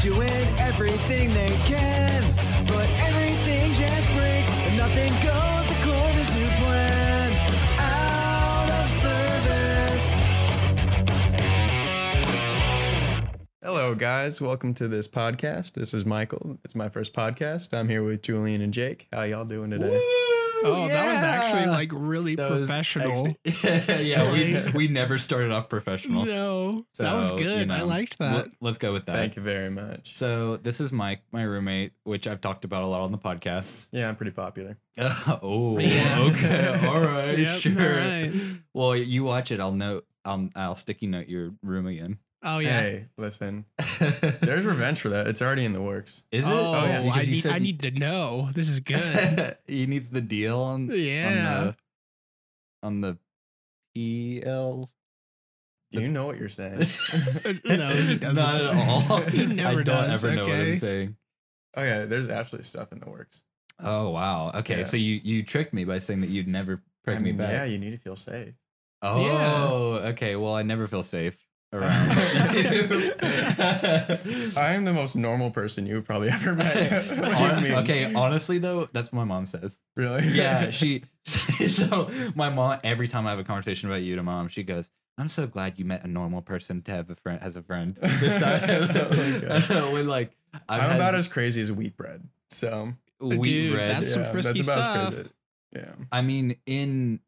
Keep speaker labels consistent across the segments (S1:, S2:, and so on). S1: doing everything they can, but everything just breaks and nothing goes according to plan. Out of service.
S2: Hello, guys. Welcome to this podcast. This is Michael. It's my first podcast. I'm here with Julian and Jake. How y'all doing today?
S3: Oh, that was actually like really
S2: That was
S3: professional.
S4: actually- yeah, we, we never started off professional.
S3: no, that was
S4: So,
S3: good.
S4: you
S3: I
S4: know,
S3: liked that.
S4: let- Let's go with that.
S2: Thank you very much.
S4: So this is Mike, my roommate, which I've talked about a lot on the podcast.
S2: yeah, I'm pretty popular.
S4: oh,
S3: Yeah.
S4: okay, all right,
S3: Yep,
S4: sure.
S3: alright.
S4: Well, you watch it. I'll note. I'll, I'll sticky note your room again.
S3: Oh yeah.
S2: Hey, listen,
S4: is it?
S2: there's revenge for that. It's already in the works.
S4: Oh,
S3: Oh,
S2: yeah,
S4: because
S3: I
S4: he
S3: need
S4: said
S3: I need to know. This is good.
S4: he, needs the deal on uh,
S3: yeah.
S4: on the E on the PL.
S2: Do you know what you're saying?
S3: Uh, No, he doesn't.
S4: Not at all.
S3: He never
S4: I don't
S3: does,
S4: ever know what
S3: okay.
S4: I'm saying.
S2: okay, Oh, there's absolutely stuff in the works.
S4: Oh wow. Okay,
S2: Yeah.
S4: so you you tricked me by saying that you'd never prank
S2: I mean,
S4: me back.
S2: yeah, you need to feel safe.
S4: Oh, okay. Well, I never feel safe around you.
S2: I am the most normal person you've probably ever met. What do you
S4: Hon-
S2: mean?
S4: okay, honestly though, that's what my mom says.
S2: Really?
S4: Yeah, she. So my mom, every time I have a conversation about you to mom, she goes, "I'm so glad you met a normal person to have a friend as a friend." This time,
S2: Oh
S4: when like
S2: I'm
S4: I've had
S2: about as crazy as wheat bread. So
S4: wheat
S3: Dude,
S4: bread.
S3: that's- some frisky stuff.
S2: crazy. Yeah.
S4: I mean, in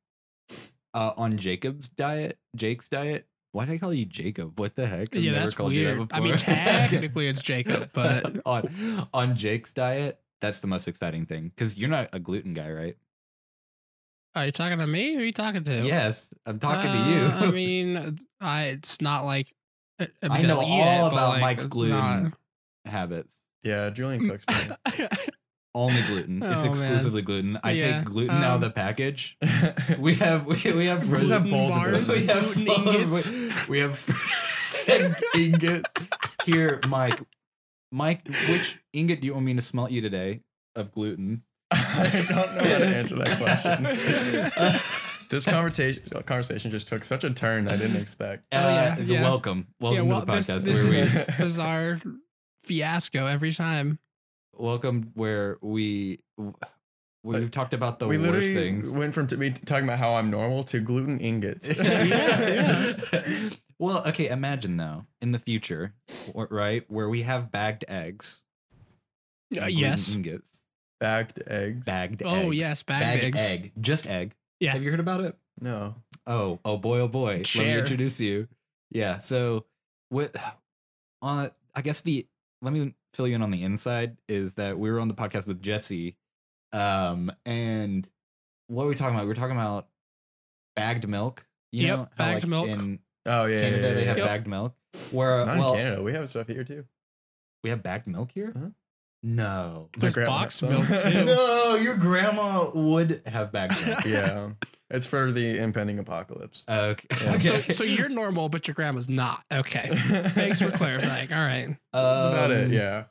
S4: uh, on Jacob's diet, Jake's diet. Why did I call you Jacob? What the heck? I've
S3: yeah,
S4: never
S3: that's
S4: called you that
S3: weird. I mean,
S4: before.
S3: technically it's Jacob, but
S4: on on Jake's diet, that's the most exciting thing because you're not a gluten guy, right?
S3: are you talking to me? Who are you talking to?
S4: Yes, I'm talking
S3: Uh,
S4: to you.
S3: I mean, I it's not like uh, I,
S4: I know all about Mike's gluten habits.
S2: Yeah,
S4: Mm.
S2: Julian cooks. man.
S4: Only gluten.
S3: Oh,
S4: it's
S3: man.
S4: exclusively gluten. I
S3: Yeah,
S4: take gluten out
S3: um,
S4: of the package. We have we, we have
S2: Just have
S4: frozen
S2: bowls of
S3: bars,
S2: gluten.
S4: we have
S3: gluten
S4: fro-
S3: ingots.
S4: we- we have frozen ingots. Here, Mike. Mike, which ingot do you want me to smelt you today of gluten?
S2: I don't know how to answer that question.
S4: Uh,
S2: this conversation conversation just took such a turn I didn't expect.
S4: Uh,
S3: Oh, yeah,
S4: the
S3: yeah.
S4: Welcome.
S3: Yeah,
S4: Welcome
S3: well,
S4: to the
S3: this,
S4: podcast.
S3: this
S4: where
S3: is
S4: we,
S3: a bizarre fiasco every time.
S4: welcome where we we've
S2: Like,
S4: talked about the
S2: we
S4: worst
S2: literally
S4: things.
S2: went from t- me talking about how I'm normal to gluten ingots.
S3: Yeah,
S4: Well, okay, imagine though, in the future, wh- right, where we have bagged eggs. and
S3: Uh,
S4: gluten
S3: yes.
S4: Ingots.
S2: Bagged eggs.
S4: Bagged eggs.
S3: Oh yes, bagged eggs.
S4: egg. Just egg.
S3: Yeah.
S4: Have you heard about it?
S2: No.
S4: Oh, oh boy, oh boy. Let
S3: Share.
S4: me introduce you. Yeah. So what on I guess the let me fill you in on the inside is that we were on the podcast with Jesse. Um and what were we talking about? We were talking about bagged milk. You
S3: Yep,
S4: know, how,
S3: bagged
S4: like,
S3: milk.
S4: In
S2: Oh yeah.
S4: Canada
S2: yeah, yeah,
S4: they have
S2: yeah.
S3: Yep.
S4: bagged milk. Where
S2: Not
S4: well
S2: in Canada. Uh-huh. We have stuff here too.
S4: we have bagged milk here?
S2: Huh?
S4: No.
S2: My
S3: There's
S2: grandma had
S3: boxed
S2: some.
S3: milk too.
S4: No, your grandma would have bagged milk.
S2: yeah. It's for the impending apocalypse.
S4: Okay.
S2: Yeah.
S3: So,
S4: okay.
S3: so you're normal, but your grandma's not. Okay. Thanks for clarifying. All right.
S2: That's about it.
S4: Um,
S2: Yeah.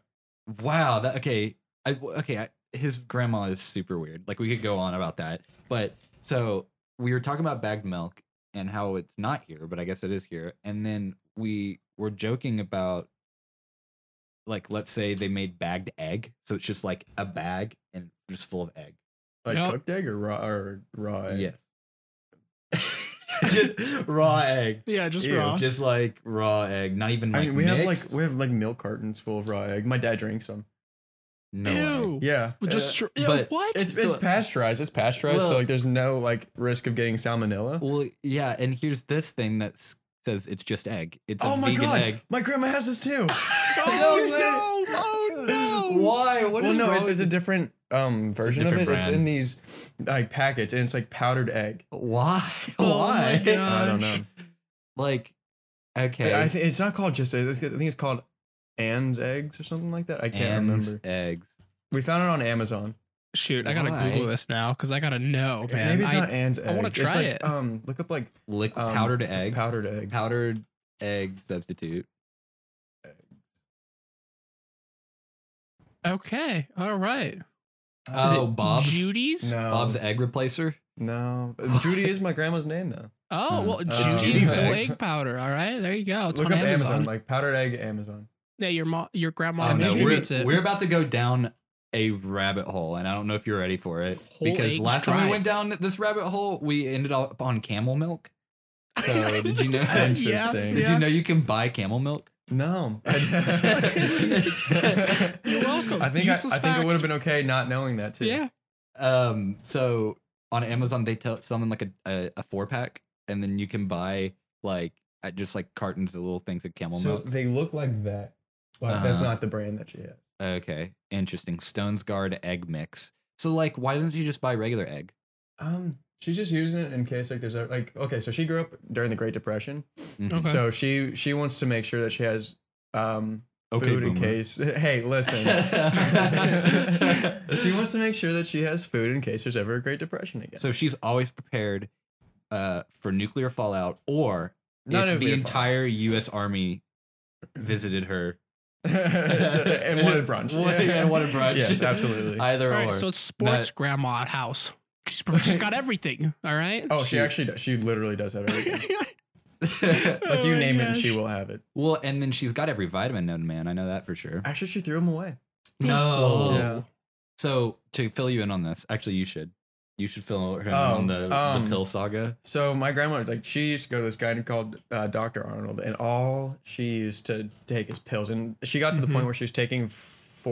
S4: Wow. That okay. I okay. I, his grandma is super weird. Like we could go on about that, but so we were talking about bagged milk and how it's not here, but I guess it is here. And then we were joking about like let's say they made bagged egg, so it's just like a bag and just full of egg.
S2: Like
S3: Yep.
S2: cooked egg or raw or raw egg.
S4: Yes. just raw egg.
S3: Yeah, just
S2: Ew.
S3: raw.
S4: Just like raw egg, not even
S2: I
S4: like
S2: mean, we have
S4: mixed.
S2: like we have like milk cartons full of raw egg. My dad drinks them.
S4: no way.
S3: Ew.
S2: Yeah,
S3: Well, Just
S2: Uh,
S3: str- ew,
S4: but
S3: what?
S2: it's
S4: So-
S2: it's pasteurized. It's pasteurized, so
S4: Well-
S2: like there's no like risk of getting salmonella.
S4: Well, yeah, and here's this thing that s- says it's just egg. It's
S2: Oh
S4: a
S2: my
S4: vegan
S2: god,
S4: egg.
S2: my grandma has this too.
S3: oh
S2: way.
S3: no! Oh no!
S4: Why? What
S2: well,
S4: is
S2: no,
S4: wrong
S2: it's, it's a
S4: with-
S2: different um version
S4: different
S2: of it. It's
S4: brand.
S2: in these like packets, and it's like powdered egg.
S4: why?
S3: Oh my
S4: why?
S3: God.
S2: I don't know.
S3: Gosh.
S4: Like, okay,
S2: I think it's not called just egg. It's- I think it's called Anne's eggs or something like that. I can't
S4: Anne's
S2: remember.
S4: eggs.
S2: We found it on Amazon.
S3: Shoot, I gotta
S4: Why?
S3: Google this now because I gotta know, man.
S2: Maybe it's
S3: I-
S2: not Anne's eggs.
S3: I wanna
S2: it's
S3: try
S2: like,
S3: it.
S2: Um, look up like
S4: Liquid
S2: um,
S4: powdered egg.
S2: Powdered egg.
S4: powdered egg substitute.
S3: okay. All right. Is
S4: Oh,
S3: it
S4: Bob's
S3: Judy's?
S2: No,
S4: Bob's egg replacer.
S2: No, Judy is my grandma's name though.
S3: Oh
S4: Uh,
S3: well,
S2: uh,
S3: Judy's
S2: Judy's
S3: full
S4: eggs. Oh,
S3: egg powder. All right, there you go. It's
S2: Look
S3: on
S2: up
S3: Amazon.
S2: Amazon, like powdered egg Amazon.
S3: Yeah, your mom, your grandma
S4: Oh, no, we're,
S3: distributes it.
S4: we're about to go down a rabbit hole, and I don't know if you're ready for it
S3: Whole
S4: because
S3: eggs
S4: last time
S3: dry.
S4: we went down this rabbit hole, we ended up on camel milk. So did you know?
S3: Yeah,
S4: did
S2: Interesting.
S3: yeah.
S4: you know you can buy camel milk?
S2: No.
S4: You're
S3: welcome.
S2: I think I, I
S3: Useless
S2: think it
S3: fact.
S2: would have been okay not knowing that too.
S3: yeah,
S4: Um, so on Amazon they tell someone like a, a, a four pack, and then you can buy like uh, just like cartons of little things of camel
S2: So
S4: milk.
S2: they look like that. But that's
S4: Uh-huh.
S2: not the brand that she has.
S4: Okay, interesting. Stone's Guard egg mix. So like, why doesn't you just buy regular egg?
S2: Um, she's just using it in case like there's a, like okay. So she grew up during the Great Depression,
S4: Mhm.
S3: Okay.
S2: so she she wants to make sure that she has um
S4: Okay,
S2: food in
S4: boomer.
S2: case. Hey, listen. she wants to make sure that she has food in case there's ever a Great Depression again.
S4: So she's always prepared uh, for nuclear fallout, or
S2: Not
S4: if the
S2: nuclear
S4: entire U.S. Army visited her
S2: and wanted brunch.
S4: Wa- yeah, and wanted brunch.
S2: Yes, absolutely.
S4: Either
S3: all
S4: or.
S3: right. So it's sports grandma at house. She's, she's got everything. All right.
S2: oh, she
S4: Shoot.
S2: actually does. She literally does have everything. like
S3: Oh
S2: you
S3: my
S2: name it, and she
S3: gosh.
S2: will have it.
S4: well, and then she's got every vitamin known to man. I know that for sure.
S2: Actually, she threw them away.
S4: No.
S2: Yeah.
S4: So to fill you in on this, actually, you should. You should fill her in
S2: Oh,
S4: on the,
S2: um,
S4: the pill saga.
S2: So my grandma was like she used to go to this guy called uh, Doctor Arnold, and all she used to take is pills. And she got to the
S3: Mhm.
S2: point where she was taking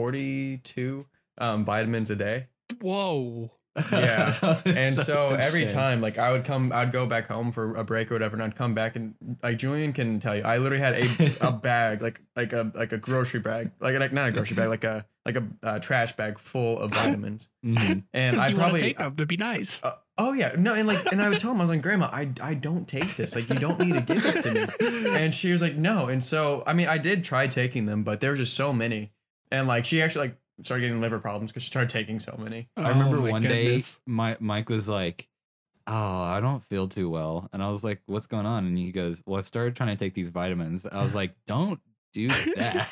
S2: forty-two um, vitamins a day.
S3: Whoa.
S2: yeah. And so every
S4: insane.
S2: time, like I would come, I'd go back home for a break or whatever, and I'd come back and like Julian can tell you, I literally had a a bag, like like a like a grocery bag, like like not a grocery bag, like a like a uh, trash bag full of vitamins,
S4: Mhm.
S2: and
S3: Because
S2: I
S3: you want
S2: probably
S3: to take them to be nice.
S2: uh, oh yeah, no, and like, and I would tell him, I was like, Grandma, I, I don't take this. Like, you don't need to give this to me. And she was like, No. And so, I mean, I did try taking them, but there were just so many, and like, she actually like started getting liver problems because she started taking so many.
S4: I remember
S3: one
S4: Oh, one day, my, Mike was like, "Oh, I don't feel too well," and I was like, "What's going on?" And he goes, "Well, I started trying to take these vitamins." I was like, "Don't do that."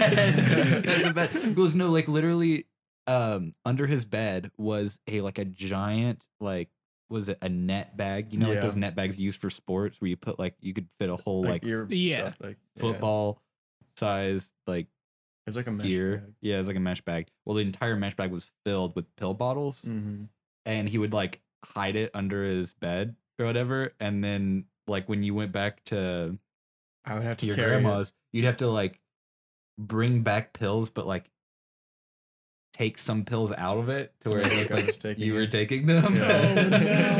S4: That's a bad- He goes, "No, like literally, um, under his bed was a like a giant like." Was it a net bag? You know, like
S2: Yeah.
S4: those net bags used for sports where you put like you could fit a whole like,
S2: your
S3: yeah.
S2: like yeah.
S4: football size like
S2: It's like a mesh
S4: gear. Yeah, it's like a mesh bag. Well, the entire mesh bag was filled with pill bottles
S2: Mm-hmm.
S4: and he would like hide it under his bed or whatever. And then like when you went back to,
S2: I would have
S4: to
S2: to
S4: your
S2: carry it.
S4: grandma's, you'd have to like bring back pills, but like take some pills out of it to where
S2: Like
S4: it looked
S2: I was
S4: like
S2: taking
S4: you were
S2: it.
S4: taking them.
S2: Yeah.
S3: Oh,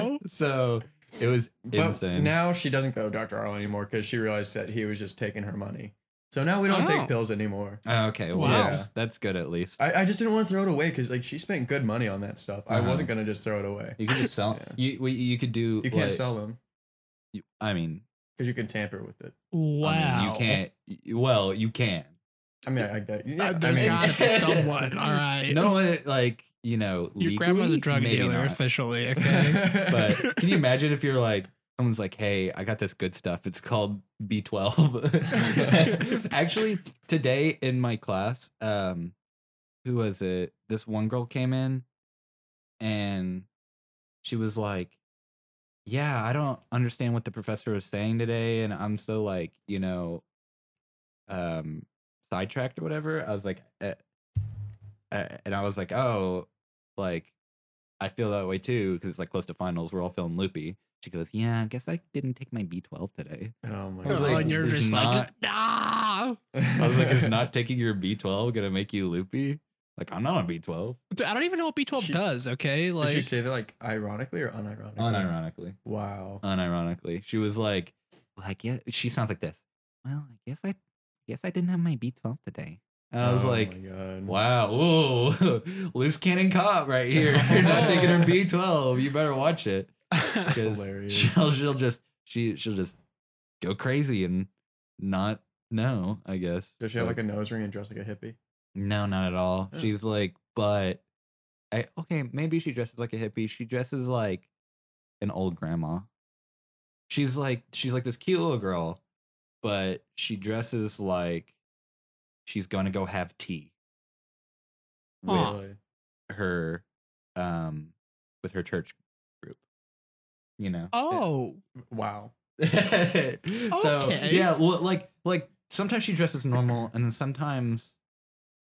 S3: no.
S4: so it was
S2: But
S4: insane.
S2: now she doesn't go to Dr. Arlen anymore because she realized that he was just taking her money. So now we don't
S3: Oh.
S2: take pills anymore.
S4: Oh, okay, well
S3: Wow.
S4: that's, that's good at least.
S2: I, I just didn't want to throw it away because like she spent good money on that stuff. I
S4: Uh-huh.
S2: wasn't gonna just throw it away.
S4: you could just sell.
S2: Yeah.
S4: You we- you could do.
S2: You can't
S4: like-
S2: sell them
S4: you- I mean,
S2: because you can tamper with it.
S3: Wow.
S4: I mean, you can't. y- Well, you can.
S2: I mean, I, I, get- yeah,
S3: Uh,
S2: I
S3: There's
S2: mean,
S3: gotta be someone. All right.
S4: No, it- like you know,
S3: Your grandma's a
S4: legally,
S3: drug
S4: maybe
S3: dealer
S4: not.
S3: officially. Okay.
S4: But can you imagine if you're like someone's like, "Hey, I got this good stuff. It's called B12." Actually, today in my class, um, who was it? This one girl came in, and she was like, "Yeah, I don't understand what the professor was saying today, and I'm so like, you know, um, sidetracked or whatever." I was like, eh, eh, and I was like, "Oh, like." I feel that way too because it's like close to finals. We're all feeling loopy. She goes, "Yeah, I guess I didn't take my B12 today."
S2: oh my
S4: I was
S3: Oh,
S2: god!
S4: like,
S3: and you're
S4: it's
S3: just like,
S4: not-
S3: ah.
S4: I was like, "Is not taking your B12 gonna make you loopy?" Like, I'm not on B12.
S3: Dude, I don't even know what B12
S2: She-
S3: does. Okay.
S2: Did she
S3: Like,
S2: say that like ironically or unironically?
S4: Unironically, Uh,
S2: Wow.
S4: unironically, she was like, "Well, I guess she sounds like this." Well, I guess I, guess I didn't have my B12 today. And I was
S2: Oh my
S4: like,
S2: God.
S4: "Wow, whoa, loose cannon cop right here. You're not taking her
S3: Oh.
S4: B12. You better watch it."
S2: That's
S4: 'Cause
S2: hilarious.
S4: She'll she'll just she she'll just go crazy and not know, I guess.
S2: Does she have
S4: But-
S2: like a nose ring and dress like a hippie?
S4: No, not at all.
S2: Yeah.
S4: She's like, but I okay, maybe she dresses like a hippie. She dresses like an old grandma. She's like she's like this cute little girl, but she dresses like she's gonna go have tea with
S3: Aw.
S2: Really?
S4: her um with her church group. You know?
S3: oh,
S2: Wow.
S4: so
S3: Okay.
S4: yeah, well, like like sometimes she dresses normal, and then sometimes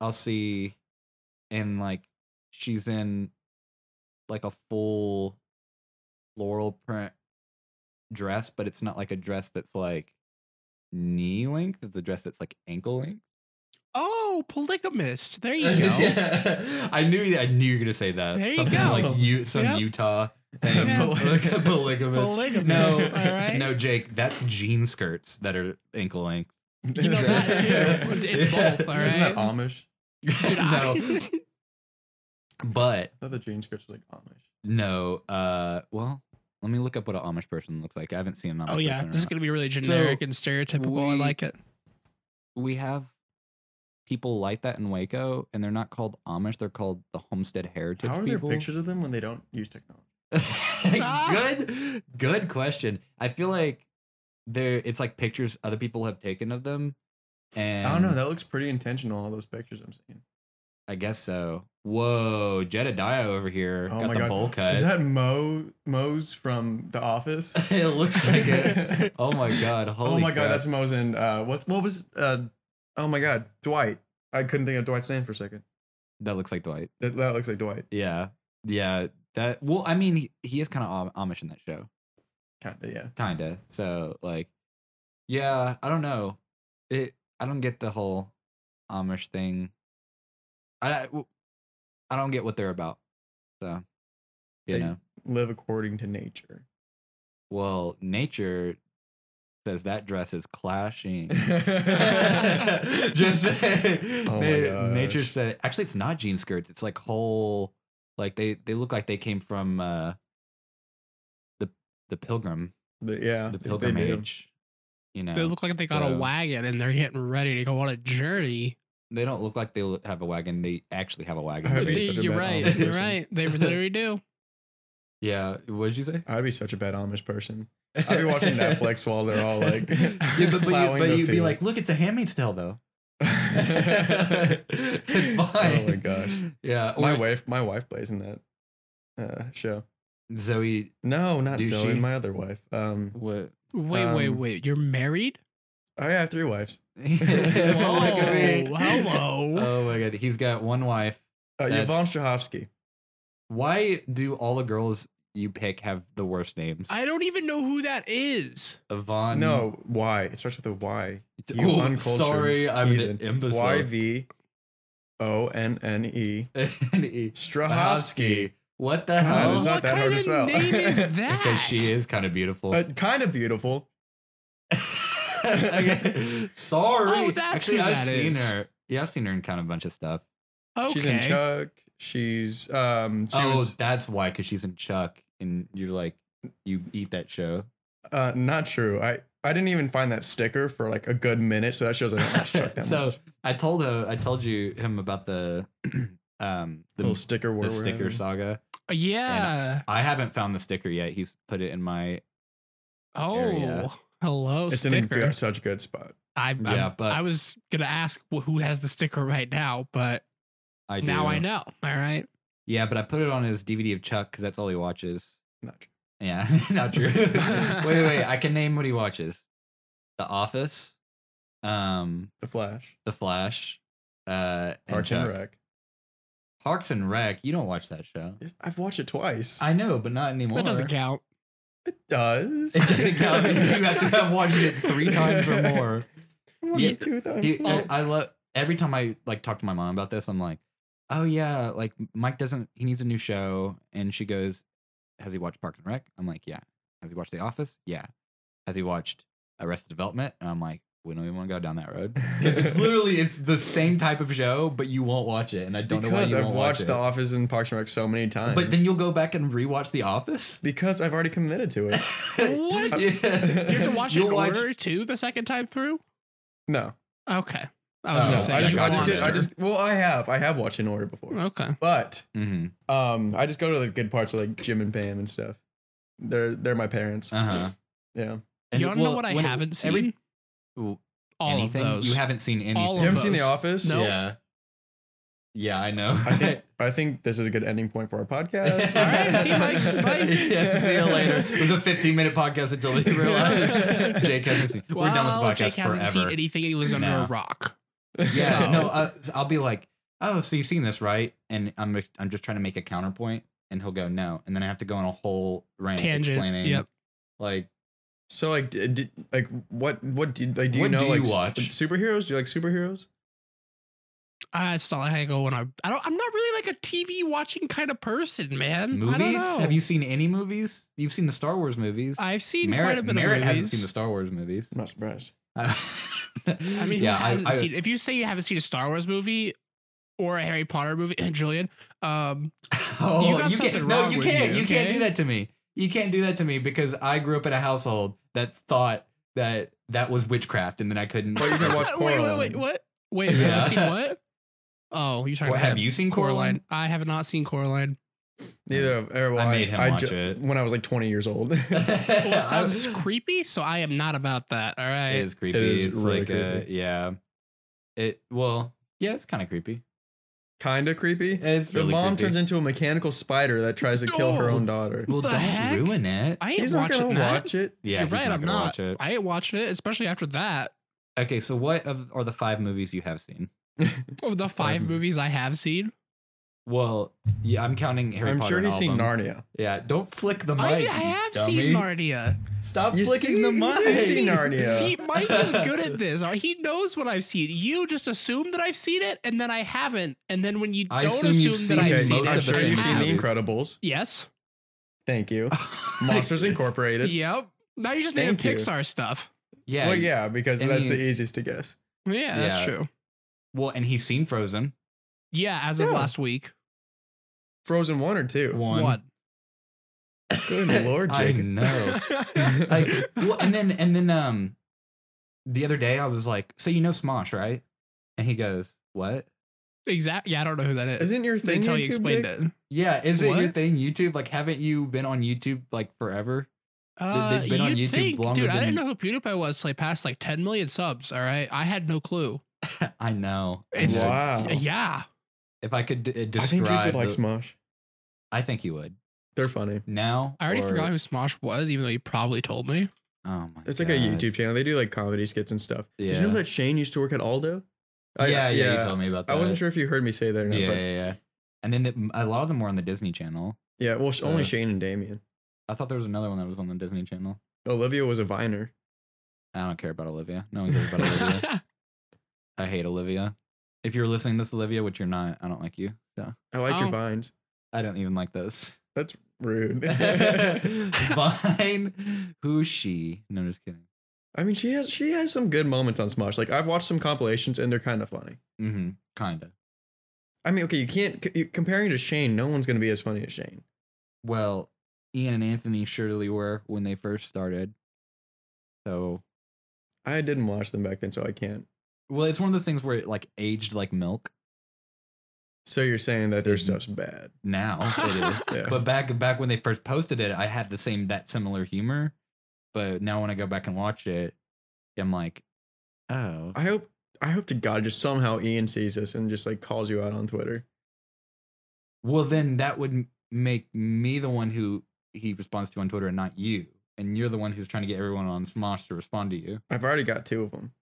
S4: I'll see, and like she's in like a full floral print dress, but it's not like a dress that's like knee length. It's a dress that's like ankle length.
S3: Oh, polygamist. There you go.
S4: yeah. I knew that. I knew you were gonna say that.
S3: There you
S4: Something
S3: go.
S4: like you, some
S3: Yep.
S4: Utah thing.
S3: Yeah.
S4: Poly- Polygamous.
S3: Polygamist.
S4: No,
S3: All right.
S4: no, Jake. That's jean skirts that are ankle length.
S3: You know that too. It's both, all
S2: Isn't that
S3: right?
S2: Amish?
S3: Dude, I-
S4: no,
S2: I
S4: but
S2: thought the Jane script was like Amish.
S4: no. Uh, well, let me look up what an Amish person looks like. I haven't seen an Amish
S3: oh yeah,
S4: person
S3: this is
S4: around.
S3: gonna be really generic and stereotypical. I
S4: we-
S3: like it.
S4: we have people like that in Waco, and they're not called Amish. They're called the Homestead Heritage.
S2: How are
S4: people.
S2: there pictures of them when they don't use technology?
S4: good good question i feel like there it's like pictures other people have taken of them and
S2: I don't know. That looks pretty intentional. All those pictures I'm seeing.
S4: i guess so whoa jedediah over here
S2: Oh
S4: got
S2: my
S4: the
S2: god,
S4: bowl cut
S2: is that Mo Mo's from The Office?
S4: it looks like it oh my god holy
S2: oh my god,
S4: crap.
S2: that's Mo's in. Uh, what what was? Uh, oh my god, Dwight. I couldn't think of Dwight's name for a second.
S4: that looks like dwight
S2: That, that looks like Dwight.
S4: yeah yeah that well i mean he, he is kind of amish in that show
S2: Kind of, yeah.
S4: kinda so like yeah i don't know it i don't get the whole amish thing i I- w- I don't get what they're about so you
S2: They-
S4: know
S2: Live according to nature.
S4: well nature says that dress is clashing just
S2: Just Oh my
S4: na- nature
S2: gosh.
S4: said actually it's not jean skirts it's like whole like they they look like they came from uh the the pilgrim
S2: the, yeah. they-
S4: the
S2: they made 'em.
S4: pilgrimage you know
S3: They look like they got
S4: So-
S3: a wagon and they're getting ready to go on a journey.
S4: They don't look like they l- have a wagon. They actually have a wagon.
S2: I That'd would be such a
S3: You're
S2: bad
S3: right.
S2: combination.
S3: You're right. They literally do.
S4: yeah. What did you say?
S2: I'd be such a bad Amish person. I'd be watching Netflix while they're all like,
S4: yeah, but, but, you,
S2: plowing
S4: but
S2: the
S4: you'd be
S2: field.
S4: like, look, it's a handmaid's tale, though. it's fine.
S2: Oh my gosh.
S4: Yeah.
S2: My
S4: or
S2: wife, my wife plays in that uh, show.
S4: Zoe.
S2: No, not
S4: Do
S2: Zoe.
S4: she?
S2: My other wife. Um,
S4: What?
S3: Wait, wait,
S2: Um,
S3: wait. You're married?
S2: I have three wives. Oh,
S3: Whoa,
S4: Look at me.
S2: Mm-hmm.
S3: hello.
S4: Oh my god. He's got one wife.
S2: Uh,
S4: That's-
S2: Yvonne Strahovski.
S4: Why do all the girls you pick have the worst names?
S3: I don't even know who that is.
S4: Yvonne.
S2: No, Y. It starts with a Y. You
S4: Oh,
S2: uncultured.
S4: sorry, I'm
S2: heathen.
S4: an imbecile.
S2: Y V O N N E.
S4: N-E.
S2: Strahovski.
S4: What the
S2: God,
S4: hell?
S2: it's not
S3: what
S2: that
S3: kind
S2: hard to
S3: of
S2: spell.
S3: name is
S2: Because
S3: that?
S4: Because she is kind of beautiful.
S2: Uh, kind of beautiful.
S4: okay. Sorry.
S3: Oh, that's
S4: Actually,
S3: who
S4: I've
S3: that
S4: seen
S3: is.
S4: her. Yeah, I've seen her in kind of a bunch of stuff.
S3: Okay.
S2: She's in Chuck. She's um. She
S4: oh,
S2: was
S4: that's why, because she's in Chuck, and you're like, you eat that show.
S2: uh, not true. I I didn't even find that sticker for like a good minute, so that shows I don't watch Chuck that
S4: so
S2: much.
S4: I told her, I told you him about the um the,
S2: Little sticker war.
S4: the
S2: we're
S4: sticker
S2: having.
S4: saga.
S3: Yeah.
S4: I haven't found the sticker yet. He's put it in my
S3: Oh,
S4: area.
S3: hello,
S2: It's in a
S3: sticker.
S2: good, such a good spot.
S3: I, I'm-
S4: Yeah, but-
S3: I was gonna ask wh- who has the sticker right now, but
S4: I do.
S3: now I know. All right.
S4: Yeah, but I put it on his DVD of Chuck because that's all he watches.
S2: Not true.
S4: Yeah, not true. wait, wait, I can name what he watches: The Office, um,
S2: The Flash,
S4: The Flash, uh,
S2: Parks and
S4: Chuck.
S2: Rec.
S4: Parks and Rec. You don't watch that show.
S2: It's- I've watched it twice.
S4: I know, but not anymore.
S3: That doesn't count.
S2: it does.
S4: It doesn't count. you have to have watched it three times or more.
S2: I watched it
S4: Yeah.
S2: two times.
S4: He-
S2: Oh,
S4: I love every time I like talk to my mom about this. I'm like, oh yeah, like Mike doesn't. He needs a new show, and she goes, "Has he watched Parks and Rec?" I'm like, "Yeah." Has he watched The Office? Yeah. Has he watched Arrested Development? And I'm like, we don't even want to go down that road because it's literally it's the same type of show, but you won't watch it, and I don't
S2: because
S4: know why you
S2: I've
S4: won't
S2: watched
S4: watch
S2: The
S4: it.
S2: Office and Parks and Rec so many times.
S4: But then you'll go back and rewatch The Office.
S2: because I've already committed to it.
S3: What? Do you have to watch it
S4: You'll
S3: in order too the second time through?
S2: No,
S3: Okay. I
S2: I,
S3: was gonna
S4: Oh,
S3: say.
S2: I, just,
S4: you're
S2: I
S4: a
S2: just get, I
S4: monster.
S2: just, well, I have, I have watched in order before,
S3: okay.
S2: but
S4: Mhm.
S2: um, I just go to the good parts of like Jim and Pam and stuff. They're they're my parents.
S4: Uh-huh.
S2: Yeah,
S4: And
S3: you want to
S4: well,
S3: know what I
S4: when-
S3: haven't seen?
S4: every-
S3: All
S4: anything?
S3: of those.
S4: You haven't seen anything.
S3: All
S2: you
S3: of
S2: haven't seen The
S3: those.
S2: Office?
S3: No.
S4: Yeah. Yeah, I know.
S2: I think I think this is a good ending point for our podcast.
S3: All right, see you, Mike. Bye.
S4: yeah, see you later. It was a 15 minute podcast until they realized Jake hasn't seen. we're done with the
S3: Well,
S4: podcast
S3: Jake hasn't
S4: forever.
S3: seen anything. He lives under
S4: No.
S3: a rock.
S4: yeah,
S3: So-
S4: no. Uh, so I'll be like, oh, so you've seen this, right? And I'm I'm just trying to make a counterpoint, and he'll go no, and then I have to go on a whole rant
S3: Tangent,
S4: explaining.
S3: yep.
S4: Like,
S2: So like, d did, like what what did like do you
S4: What
S2: know
S4: do you
S2: like s-
S4: watch?
S2: superheroes? Do you like superheroes?
S3: I saw I go when I I don't I'm not really like a TV watching kind of person, man. I don't
S4: movies?
S3: know.
S4: Have you seen any movies? You've seen the Star Wars movies.
S3: I've seen quite a
S4: Merritt,
S3: bit
S4: Merritt
S3: of movies.
S4: hasn't seen the Star Wars movies.
S2: I'm not surprised.
S4: I
S3: I mean,
S4: yeah,
S3: who hasn't seen? If you say you haven't seen a Star Wars movie or a Harry Potter movie, Julian, um,
S4: Oh,
S3: You got
S4: can't.
S3: something
S4: No,
S3: wrong
S4: you
S3: with
S4: can't.
S3: you,
S4: You can't
S3: okay?
S4: do that to me. You can't do that to me because I grew up in a household that thought that that was witchcraft, and then I couldn't.
S2: But you can watch
S3: Uh, wait,
S2: Coraline.
S3: wait, wait, what? Wait, you
S4: Yeah.
S3: haven't seen what? Oh, you're talking
S4: What,
S3: about
S4: have you seen Coraline?
S3: I have not seen Coraline.
S2: Neither. of- Or, well,
S4: I made him watch it.
S2: when I was like 20 years old. it
S3: Well, it sounds creepy, so I am not about that. All right.
S4: It is creepy.
S2: is
S4: it's
S2: really
S4: like a
S2: creepy.
S4: yeah. It well yeah, it's kind of creepy.
S2: kind of creepy.
S4: It's
S2: The
S4: really
S2: mom
S4: creepy.
S2: turns into a mechanical spider that tries to kill her
S3: No.
S2: own daughter.
S4: Well,
S3: The
S4: don't
S3: heck?
S4: ruin it.
S3: I ain't
S2: He's not
S3: watching
S2: gonna
S3: that.
S2: watch it.
S4: yeah,
S3: You're
S4: he's
S3: right. I'm
S4: gonna
S3: not.
S4: Watch it.
S3: I ain't watching it, especially after that.
S4: okay, so what of are the five movies you have seen?
S3: Of the five
S2: Um,
S3: movies I have seen,
S4: Well, yeah, I'm counting Harry
S2: I'm
S4: Potter.
S2: sure
S4: and
S2: he's
S4: all
S2: seen
S4: of them.
S2: Narnia.
S4: Yeah, don't flick the mic.
S3: I, I
S4: you
S3: have
S4: dummy.
S3: seen Narnia.
S4: Stop
S2: You
S4: flicking
S2: see?
S4: the
S2: You see
S4: mic.
S2: Narnia.
S3: See, Mike is good at this. All right, He knows what I've seen. You just assume that I've seen it, and then I haven't. And then when you
S4: I
S3: don't
S4: assume
S3: assume,
S4: you've
S3: that
S4: seen
S3: I've
S2: okay,
S3: seen
S4: most
S3: it,
S2: I'm
S4: of the
S2: sure you've seen The
S4: movies.
S2: Incredibles.
S3: yes,
S2: Thank you. Monsters Incorporated.
S3: yep. Now you're just naming
S2: Thank you.
S3: Pixar stuff.
S4: yeah.
S2: Well, yeah, because
S4: I
S2: that's the
S4: mean-
S2: easiest to guess.
S3: Yeah, that's
S4: Yeah.
S3: true.
S4: Well, and he's seen Frozen.
S3: Yeah, as of
S2: Yeah.
S3: last week,
S2: Frozen one or two.
S4: One.
S3: one.
S2: Good lord,
S4: I
S2: Jake.
S4: know. like, well, and then and then um, the other day I was like, so you know Smosh, right? And he goes, what?
S3: exactly. Yeah, I don't know who that is.
S2: Isn't your thing
S3: until
S2: YouTube,
S3: you explained
S2: Jake?
S3: it.
S4: Yeah, is it your
S3: What?
S4: thing YouTube? Like, haven't you been on YouTube like forever?
S3: Uh,
S4: they've been on
S3: you'd
S4: YouTube
S3: think,
S4: longer
S3: dude. I didn't know
S4: than-
S3: who PewDiePie was till he passed like 10 million subs. All right, I had no clue.
S4: I know.
S3: It's-
S4: Dude,
S2: wow.
S3: Yeah,
S4: If I could d- uh,
S2: I
S4: describe,
S2: think Jake would like
S4: the-
S2: Smosh.
S4: I think he would.
S2: They're funny.
S4: Now,
S3: I already
S4: or-
S3: forgot who Smosh was, even though you probably told me.
S4: Oh my!
S2: It's like a
S4: God.
S2: YouTube channel. They do like comedy skits and stuff. Did you
S4: Yeah.
S2: know that Shane used to work at Aldo?
S4: Yeah, yeah, You told me about that.
S2: I wasn't sure if you heard me say that or
S4: Yeah,
S2: not. but
S4: yeah, yeah. And then the, a lot of them were on the Disney Channel.
S2: yeah well, sh- only
S4: Uh,
S2: Shane and Damien.
S4: I thought there was another one that was on the Disney Channel.
S2: Olivia was a viner.
S4: I don't care about Olivia. No one cares about Olivia. I hate Olivia. If you're listening to this, Olivia, which you're not, I don't like you. So
S2: I liked your
S3: Oh.
S2: vines.
S4: I don't even like those.
S2: That's rude.
S4: Fine. Who's she? No, just kidding.
S2: I mean, she has she has some good moments on Smosh. Like I've watched some compilations and they're kind of funny.
S4: Mm-hmm. Kinda.
S2: I mean, okay, you can't c- you- comparing to Shane. No one's gonna be as funny as Shane.
S4: Well, Ian and Anthony surely were when they first started. So,
S2: I didn't watch them back then, so I can't.
S4: well, it's one of those things where it like aged like milk.
S2: So you're saying that their
S4: Mhm.
S2: stuff's bad?
S4: Now it is.
S2: Yeah.
S4: But back back when they first posted it, I had the same that similar humor. But now when I go back and watch it, I'm like, oh,
S2: I hope I hope to God just somehow Ian sees this and just like calls you out on Twitter.
S4: Well, then that would m- make me the one who he responds to on Twitter and not you. And you're the one who's trying to get everyone on Smosh to respond to you.
S2: I've already got two of them.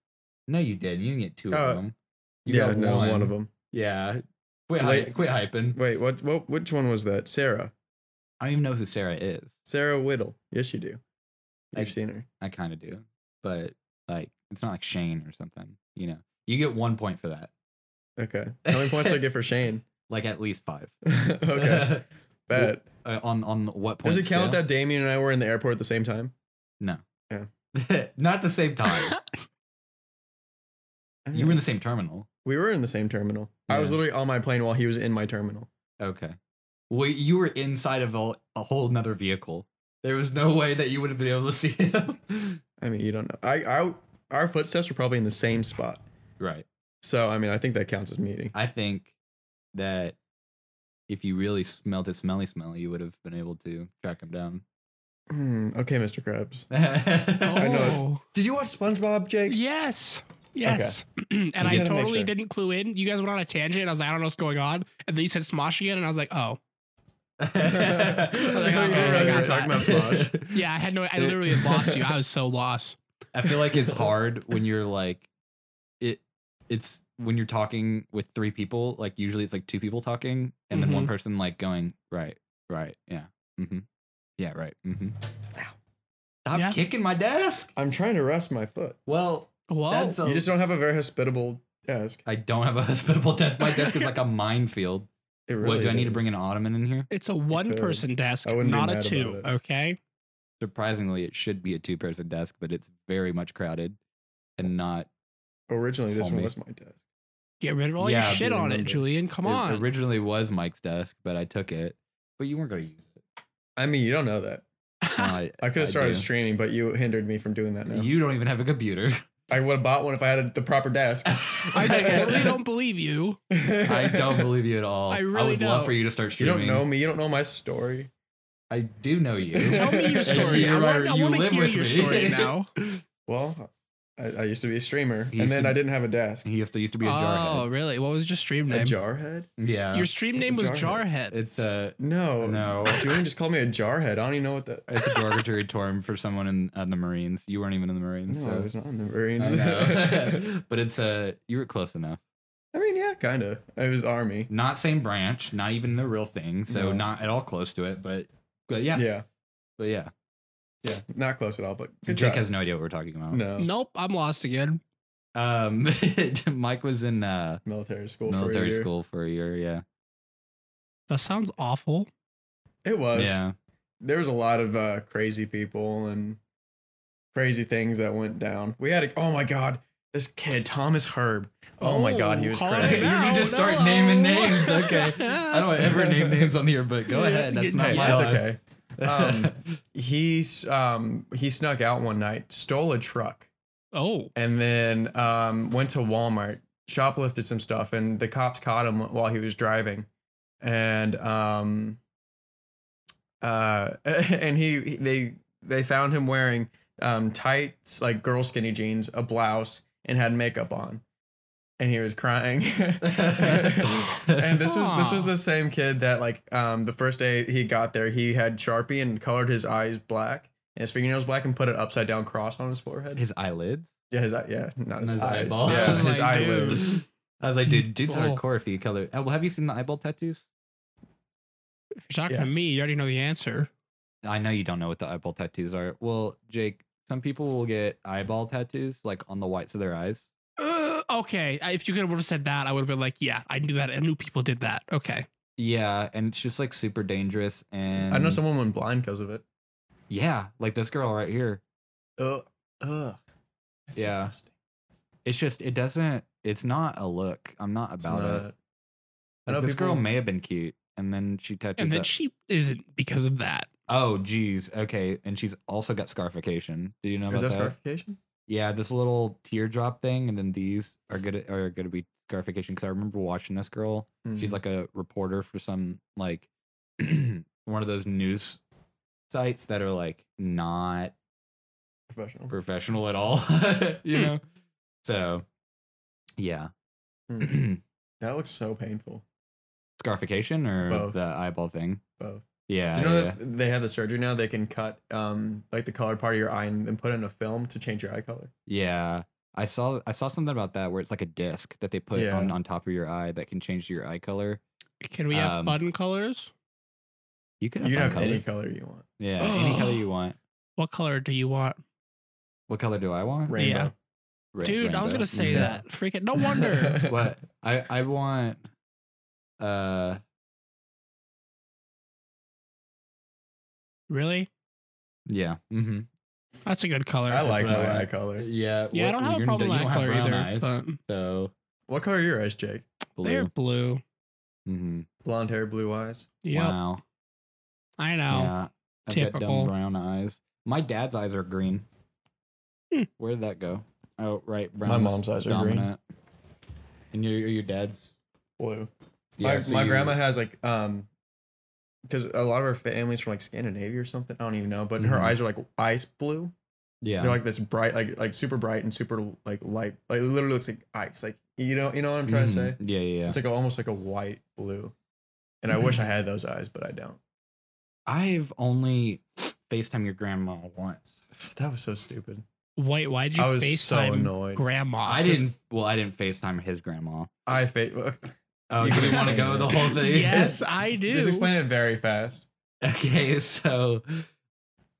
S4: No, you didn't. You didn't get two
S2: Uh,
S4: of them. You
S2: yeah,
S4: got
S2: no, one. of them.
S4: Yeah. Quit,
S2: Wait.
S4: hy- quit hyping.
S2: Wait, what, what? Which one was that? Sarah.
S4: I don't even know who Sarah is.
S2: Sarah Whittle. Yes, you do. You've
S4: I-
S2: seen her.
S4: I kind of do. But, like, it's not like Shane or something. You know, you get one point for that.
S2: Okay. How many points do I get for Shane?
S4: Like, at least five.
S2: okay. Bet.
S4: uh, on, on what point?
S2: Does it count that Damien and I were in the airport at the same time?
S4: No.
S2: Yeah.
S4: not at the same time.
S2: I don't
S4: you were in
S2: know.
S4: the same terminal.
S2: we were in the same terminal. I was
S4: Yeah.
S2: literally on my plane while he was in my terminal.
S4: Okay. Well, you were inside of a, a whole nother vehicle. There was no way that you would have been able to see him.
S2: I mean, you don't know. I, I our footsteps were probably in the same spot.
S4: right.
S2: So I mean, I think that counts as meeting.
S4: I think that if you really smelled his smelly smell, you would have been able to track him down.
S2: Hmm, okay, Mr. Krabs.
S4: I
S2: know.
S3: Oh,
S2: Did you watch SpongeBob, Jake?
S3: yes. Yes. and
S2: Just
S3: I
S2: wanted to make
S3: totally
S2: sure.
S3: didn't clue in. You guys went on a tangent. And I was like, I don't know what's going on. And then you said Smosh again. And I was like, oh.
S2: I didn't
S3: okay,
S2: realize we
S3: I
S2: were
S3: got
S2: talking about Smosh.
S3: Yeah, I had no, I literally had lost you. I was so lost.
S4: I feel like it's hard when you're like it it's when you're talking with three people, like usually it's like two people talking and then
S2: Mm-hmm.
S4: one
S3: Mhm.
S4: person like going, right, right, yeah. Mm-hmm. Yeah, right. Mm-hmm. Stop
S3: Yeah.
S4: kicking my desk.
S2: I'm trying to rest my foot.
S4: Well,
S3: Whoa.
S4: that's a,
S2: Oh, You just don't have a very hospitable desk.
S4: I don't have a hospitable desk. My desk is like a minefield.
S2: It
S4: what do I need to
S2: is.
S4: bring an ottoman in here?
S3: it's a one person desk,
S2: I wouldn't be
S3: not
S2: mad
S3: a
S2: about
S3: two.
S2: it.
S3: Okay.
S4: Surprisingly, it should be a two-person desk, but it's very much crowded and not
S2: Originally, this one
S4: Homie.
S2: was my desk.
S3: Get rid of all
S4: Yeah,
S3: your shit
S4: dude,
S3: on it,
S4: remember.
S3: Julian. Come
S4: it
S3: on.
S4: originally was Mike's desk, but I took it. But you weren't going to use it.
S2: I mean, you don't know that.
S4: No, I,
S2: I could have
S4: do.
S2: started streaming, but you hindered me from doing that now.
S4: You don't even have a computer.
S2: I would have bought one if I had a, the proper desk.
S3: I totally don't believe you.
S4: I don't believe you at all.
S3: I
S4: I
S3: really
S4: would love
S3: don't.
S4: for you to start
S2: You
S4: streaming.
S2: don't know me. You don't know my story.
S4: I do know you.
S3: Tell me your story.
S4: You're
S3: I
S4: my-
S3: want, I
S4: you
S3: want to
S4: live
S3: hear
S4: with
S3: your
S4: me.
S3: story now.
S2: Well, I, I used to be a streamer, and
S4: He used
S2: then
S4: to-
S2: I didn't have a desk.
S4: He used to used to be a
S3: Oh,
S4: jarhead.
S3: really? What was your stream
S2: A
S3: name?
S2: jarhead?
S4: Yeah.
S3: Your stream
S2: It's
S3: name
S2: a
S3: was
S2: jarhead.
S3: Jarhead.
S4: it's a
S2: No,
S4: no.
S2: Julian just called me a jarhead. I don't even know what that.
S4: it's a derogatory term for someone in uh, the Marines. You weren't even in the Marines.
S2: No, I was
S4: so.
S2: not in the Marines.
S4: I know. but it's uh, you were close enough.
S2: I mean, yeah, kind of. It was army.
S4: Not same branch. Not even the real thing. So
S2: No.
S4: not at all close to it. But but yeah.
S2: Yeah. yeah,
S4: But yeah.
S2: not close at all. But good
S4: Jake
S2: try.
S4: has no idea what we're talking about.
S2: no
S3: Nope, I'm lost again.
S4: Um, Mike was in uh,
S2: military school. for a
S4: military
S2: year.
S4: school for a year. Yeah.
S3: That sounds awful.
S2: It was.
S4: Yeah.
S2: there was a lot of uh, crazy people and crazy things that went down. We had a, oh my god, this kid Thomas Herb. Oh, my god, he was
S3: call
S2: crazy.
S3: it
S4: You need to
S3: out.
S4: start
S3: Hello.
S4: naming names, okay. I don't ever name names on here, but go ahead. That's not my
S2: That's
S4: life.
S2: okay. Um, he s- um he snuck out one night, stole a truck,
S3: Oh,
S2: and then um went to Walmart, shoplifted some stuff, and the cops caught him while he was driving, and um uh and he they they found him wearing um tights like girl skinny jeans, a blouse, and had makeup on, and he was crying. and this was this was
S3: Aw.
S2: the same kid that like um the first day he got there he had sharpie and colored his eyes black and his fingernails black and put an upside down cross on his forehead.
S4: His eyelids,
S2: yeah, his eye, yeah, not his,
S4: His
S2: eyes.
S4: eyeballs.
S2: Yeah,
S3: Oh
S2: his
S3: my
S2: eyelids.
S3: dude.
S4: I was like, dude, dude's
S3: Oh.
S4: hardcore if you color. Oh, well, have you seen the eyeball tattoos?
S3: if you're talking to
S2: Yes.
S3: me, you already know the answer.
S4: I know you don't know what the eyeball tattoos are. Well, Jake, some people will get eyeball tattoos like on the whites of their eyes.
S3: Uh, okay, I- if you could have said that, I would have been like, yeah, I knew that. I knew people did that. Okay.
S4: Yeah, and it's just like super dangerous. And
S2: I know someone went blind because of it.
S4: Yeah, like this girl right here.
S2: Ugh, ugh. That's
S4: Yeah.
S2: disgusting.
S4: It's just it doesn't. It's not a look. I'm not
S2: It's
S4: about
S2: not-
S4: it.
S2: I know
S4: Like, this
S2: people,
S4: girl may have been cute, and then she tattooed.
S3: And then
S4: that-
S3: she isn't because of that.
S4: Oh, geez. Okay. And she's also got scarification. Do you know
S2: Is
S4: about
S2: that
S4: that?
S2: scarification?
S4: Yeah, this little teardrop thing, and then these are gonna are gonna be scarification. Because I remember watching this girl.
S2: Hmm, Mm-hmm.
S4: She's like a reporter for some like one of those news sites that are like not
S2: professional.
S4: professional at all. you
S3: Hmm.
S4: know. So, yeah.
S2: Hmm. That looks so painful.
S4: scarification or
S2: Both.
S4: the eyeball thing.
S2: Both.
S4: Yeah.
S2: Do you know
S4: yeah.
S2: that they have the surgery now? They can cut um like the colored part of your eye and then put in a film to change your eye color.
S4: Yeah. I saw I saw something about that where it's like a disc that they put
S2: Yeah.
S4: on, on top of your eye that can change your eye color.
S3: Can we have
S4: Um,
S3: fun colors?
S4: You can
S2: You can
S4: have,
S2: have
S4: color.
S2: any color you want.
S4: Yeah, any color
S3: Ugh.
S4: you want.
S3: What color do you want?
S4: What color do I want?
S3: Ra- Yeah.
S2: Rainbow.
S4: Red-
S3: Dude, I was
S4: rainbow.
S3: gonna say
S4: Yeah.
S3: that. Freaking no wonder.
S4: What I I want uh
S3: really?
S4: yeah. Mm-hmm.
S3: That's a good color.
S2: I like
S4: what I
S2: my eye
S4: like.
S2: color.
S4: Yeah.
S3: yeah, I
S4: what-
S3: don't have a
S4: you're-
S3: problem
S4: you
S3: with that
S4: don't
S3: color
S4: have brown
S3: either.
S4: eyes,
S3: but
S4: so
S2: What color are your eyes, Jake?
S4: blue.
S3: they're blue.
S4: Mm-hmm.
S2: Blonde hair, blue eyes.
S3: Yep.
S4: Wow.
S3: I know.
S4: Yeah. I've got
S3: Typical.
S4: dumb brown eyes. My dad's eyes are green.
S3: Hmm.
S4: Where did that go? Oh, right. Brown
S2: mom's eyes are green.
S4: green. And your your dad's.
S2: Blue.
S4: Yeah,
S2: my
S4: so
S2: my
S4: you-
S2: grandma has like um because a lot of her family's from like Scandinavia or something. I don't even know, but her
S4: Mhm.
S2: eyes are like ice blue.
S4: Yeah.
S2: They're like this bright, like like super bright and super like light. Like it literally looks like ice. Like you know, you know what I'm trying to say.
S4: Mhm. Yeah, yeah. yeah.
S2: It's like a, almost like a white blue. And I wish I had those eyes, but I don't.
S4: I've only FaceTime your grandma once.
S2: That was so stupid.
S3: Wait, why'd you
S2: I was so
S3: FaceTime
S2: annoyed.
S3: grandma?
S4: I didn't. Well, I didn't FaceTime his grandma.
S2: I fa-
S4: Oh,
S2: You
S4: do we
S2: can
S4: want to go
S2: explain
S4: the
S2: it.
S4: whole thing?
S3: Yes, I do.
S2: just explain it very fast.
S4: Okay, so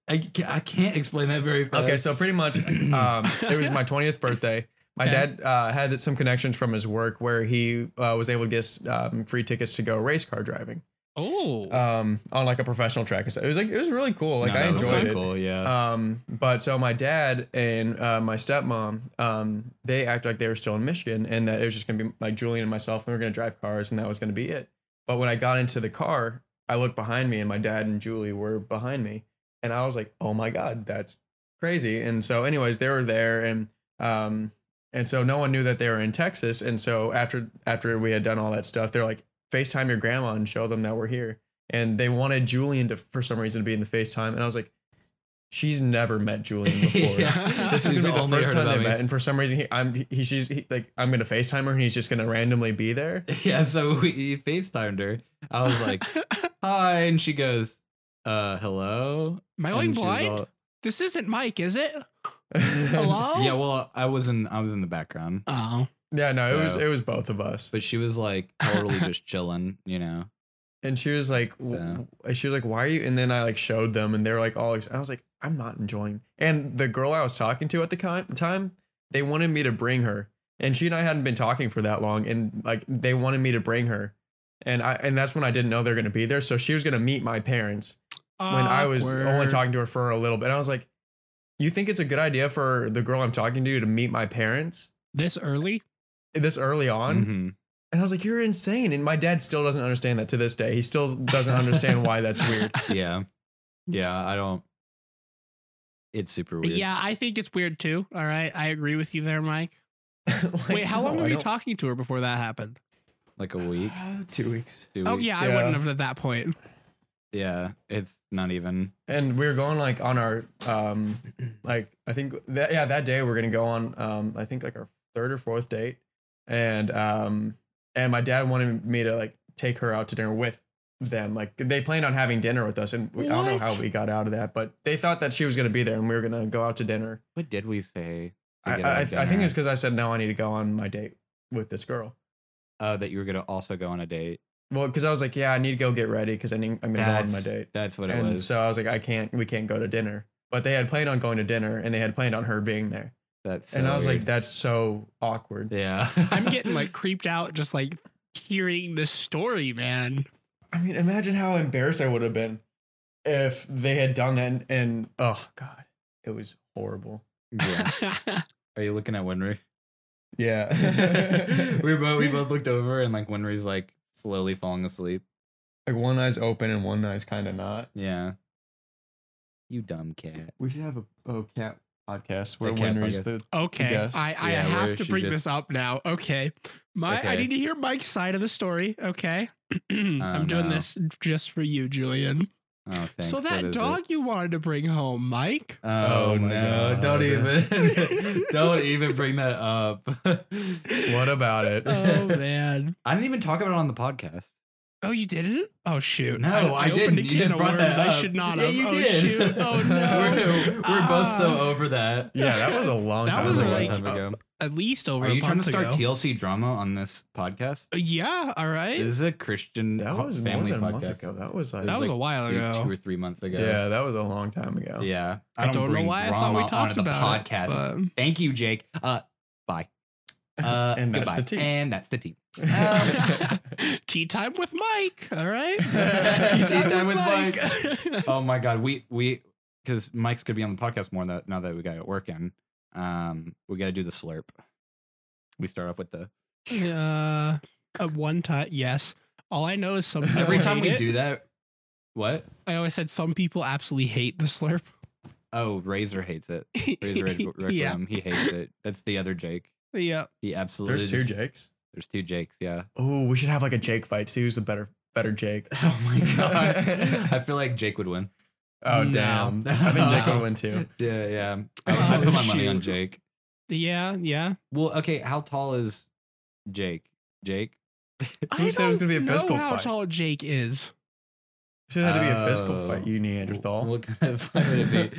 S4: I, ca- I can't explain that very fast.
S2: Okay, so pretty much, um, it was my 20th birthday. My
S3: Okay.
S2: dad uh, had some connections from his work where he uh, was able to get um, free tickets to go race car driving
S3: Oh,
S4: Uh,
S2: um, on like a professional track. and stuff. It was like it was really cool. Like
S4: No,
S2: I
S4: that was
S2: enjoyed
S4: really
S2: it.
S4: Cool, yeah.
S2: Um, but so my dad and uh, my stepmom, um, they act like they were still in Michigan and that it was just gonna be like Julian and myself, and we were gonna drive cars, and that was gonna be it. But when I got into the car, I looked behind me, and my dad and Julie were behind me, and I was like, "Oh my god, that's crazy!" And so, anyways, they were there, and um, and so no one knew that they were in Texas, and so after after we had done all that stuff, they're like, "Facetime your grandma and show them that we're here." And they wanted Julian to, for some reason, to be in the FaceTime, and I was like, "She's never met Julian before."
S4: Yeah.
S2: This is
S4: She's
S2: gonna be the
S4: only
S2: first time
S4: heard about
S2: they
S4: me.
S2: met, and for some reason, he, I'm he, she's he, like I'm gonna Facetime her, and he's just gonna randomly be there.
S4: Yeah, so we FaceTimed her. I was like, hi. And she goes, uh, hello?
S3: am I going
S4: And she was
S3: blind?
S4: all-
S3: this isn't Mike, is it? Hello?
S4: yeah, well, I was in I was in the background.
S3: Oh,
S2: yeah, no, it was
S4: So-
S2: it was both of us,
S4: But she was like totally just chilling, you know.
S2: and she was like, w-
S4: So-
S2: w- she was like, "Why are you?" And then I like showed them, and they were like, "All," ex- I was like, "I'm not enjoying." And the girl I was talking to at the ki- time, they wanted me to bring her, and she and I hadn't been talking for that long, and like they wanted me to bring her. And I and that's when I didn't know they're gonna be there. So she was gonna meet my parents, when I was only
S3: Awkward.
S2: talking to her for a little bit. I was like, "You think it's a good idea for the girl I'm talking to to meet my parents
S3: this early.
S2: this early on?"
S4: Mhm.
S2: And I was like, "You're insane!" And my dad still doesn't understand that to this day. He still doesn't understand why that's weird.
S4: Mm-hmm. Yeah. Yeah, I don't. It's super weird.
S3: Yeah, I think it's weird too. All right, I agree with you there, Mike.
S2: Like,
S3: Wait, how long
S2: no,
S3: were
S2: I
S3: you
S2: don't- Uh,
S3: talking to her before that happened?
S4: Like a week.
S2: Two weeks.
S4: Two
S3: Oh
S4: weeks.
S3: yeah, I
S2: Yeah.
S3: wouldn't have at that point.
S4: Yeah. It's not even.
S2: And we were going like on our um, like I think that yeah that day we're gonna go on um I think like our third or fourth date, and um and my dad wanted me to like take her out to dinner with them like they planned on having dinner with us and we, I don't know how
S3: What?
S2: we got out of that but they thought that she was gonna be there and we were gonna go out to dinner.
S4: What did we say? to
S2: I
S4: get
S2: I,
S4: out
S2: I
S4: of
S2: think
S4: dinner?
S2: it's because I said no I need to go on my date with this girl.
S4: uh, that you were gonna also go on a date.
S2: Well, because I was like, yeah, I need to go get ready because I need, I'm gonna go on my date.
S4: That's what it
S2: and
S4: was.
S2: so I was like, I can't, we can't go to dinner. But they had planned on going to dinner, and they had planned on her being there.
S4: that's
S2: and
S4: so
S2: I was like,
S4: weird.
S2: that's so awkward.
S4: yeah.
S3: I'm getting like creeped out just like hearing this story, man.
S2: I mean, imagine how embarrassed I would have been if they had done that. And, and oh god, it was horrible.
S4: Yeah. Are you looking at Winry?
S2: Yeah,
S4: we both we both looked over and like Winry's like slowly falling asleep.
S2: like one eye's open and one eye's kind of not.
S4: Yeah. You dumb cat.
S2: We should have a oh cat podcast where
S4: A cat
S2: Winry's
S4: podcast.
S2: the
S3: okay,
S2: guessed.
S3: I, I
S4: Yeah, where
S3: have to
S4: she
S3: bring
S4: just-
S3: this up now. Okay, my I
S4: Okay.
S3: need to hear Mike's side of the story. Okay, I'm doing
S4: Oh, no.
S3: this just for you, Julian.
S4: Oh, thanks.
S3: So
S4: What
S3: that
S4: is it?
S3: dog you wanted to bring home, Mike.
S4: Oh,
S2: Oh my
S4: no!
S2: God.
S4: Don't even don't even bring that up.
S2: what about it?
S3: Oh man.
S4: I didn't even talk about it on the podcast.
S3: Oh, you didn't? Oh shoot.
S4: No, I,
S3: opened
S4: didn't.
S3: a
S4: You
S3: can
S4: just
S3: of
S4: brought that
S3: worms
S4: up.
S3: I should not
S4: yeah,
S3: have.
S4: You
S3: oh
S4: did.
S3: shoot. Oh no.
S4: we're, we're both so
S3: Ah.
S4: over that.
S2: Yeah, that was a long
S3: That
S2: time
S3: was
S2: ago.
S3: like-
S4: time ago.
S3: At least over
S4: Are
S3: a
S4: you trying to
S3: month
S4: start
S3: ago.
S4: TLC drama on this podcast?
S3: Uh, Yeah, all right.
S4: This is a Christian
S2: that
S4: ho-
S2: was
S4: family
S2: more than a
S4: podcast.
S2: month ago. That was like,
S3: that was
S4: like
S3: a while
S4: Maybe
S3: ago.
S4: Two or three months ago.
S2: yeah, that was a long time ago.
S4: Yeah.
S3: I don't know
S4: bring
S3: why I thought we
S4: drama
S3: talked
S4: onto the
S3: about it,
S4: podcast.
S3: but-
S4: Thank you, Jake. Uh, bye. Uh,
S2: And that's
S4: goodbye.
S2: the tea.
S4: And that's the tea.
S3: tea time with Mike. All right.
S4: Tea time with oh my god, we we because Mike's gonna be on the podcast more that now that we got it working. Um, we got to do the slurp. We start off with the
S3: uh, at one time, yes. All I know is some people
S4: every time
S3: hate
S4: we
S3: it.
S4: do that. What?
S3: I always said some people absolutely hate the slurp.
S4: Oh, Razor hates it. Razor Ed Requiem.
S3: yeah.
S4: He hates it. That's the other Jake.
S3: Yeah.
S4: He absolutely.
S2: There's two
S4: just-
S2: Jakes.
S4: There's two Jakes. Yeah.
S2: Oh, we should have like a Jake fight. See who's the better better Jake.
S4: Oh my god. I feel like Jake would win.
S2: Oh
S3: No.
S2: damn! I think Jake would win too.
S4: Yeah, yeah. I, I put my money on
S3: Oh, shoot.
S4: Jake.
S3: Yeah, yeah.
S4: Well, okay. How tall is Jake? Jake?
S2: Who said it was
S3: don't
S2: gonna be a
S3: know
S2: physical
S3: how
S2: fight?
S3: tall Jake is.
S2: Should have had to be a
S4: Oh.
S2: physical fight, you Neanderthal.
S4: What kind of fight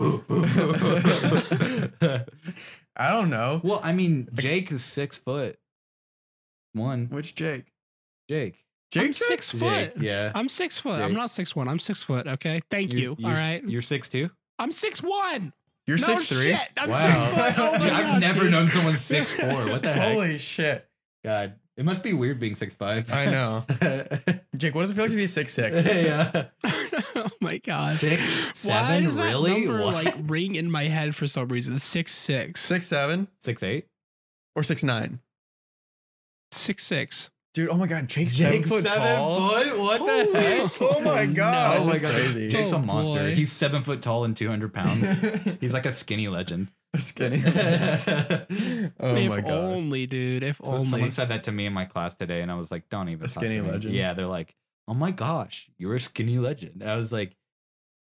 S4: would it be?
S2: I don't know
S4: well, I mean, Jake is six foot one.
S2: which Jake.
S4: Jake.
S3: I'm
S2: Jake
S3: six
S4: Jake.
S3: foot.
S4: Yeah.
S3: I'm six foot. I'm
S4: Jake.
S3: not six one. I'm six foot. Okay. Thank you.
S4: You're,
S3: All right.
S4: You're six two.
S3: I'm six one.
S2: You're
S3: No
S2: six three.
S3: shit, I'm Wow. six foot. Oh my
S4: Dude, I've
S3: gosh,
S4: never
S3: dude.
S4: known someone six four. What the heck?
S2: Holy shit!
S4: God, it must be weird being six five.
S2: I know. Jake, what does it feel like to be six six?
S4: yeah.
S3: oh my god.
S4: Six
S3: Why
S4: seven.
S3: does that
S4: really?
S3: number
S4: What?
S3: like ring in my head for some reason? Six six.
S2: Six seven
S4: six eight.
S2: or six nine?
S3: Six six.
S2: Dude, oh my god, Jake's seven foot tall.
S4: foot? What
S2: Holy-
S4: the heck?
S2: Oh my god!
S4: oh my god,
S2: crazy.
S4: Jake's a
S3: Oh,
S4: monster.
S3: boy.
S4: He's seven foot tall and two hundred pounds. He's like a skinny legend.
S2: skinny. Oh
S3: if
S2: my god.
S3: only, dude. If
S4: So-
S3: only.
S4: Someone said that to me in my class today, and I was like, "Don't even."
S2: A
S4: talk
S2: skinny
S4: to me."
S2: legend?
S4: Yeah, they're like, "Oh my gosh, you're a skinny legend." And I was like,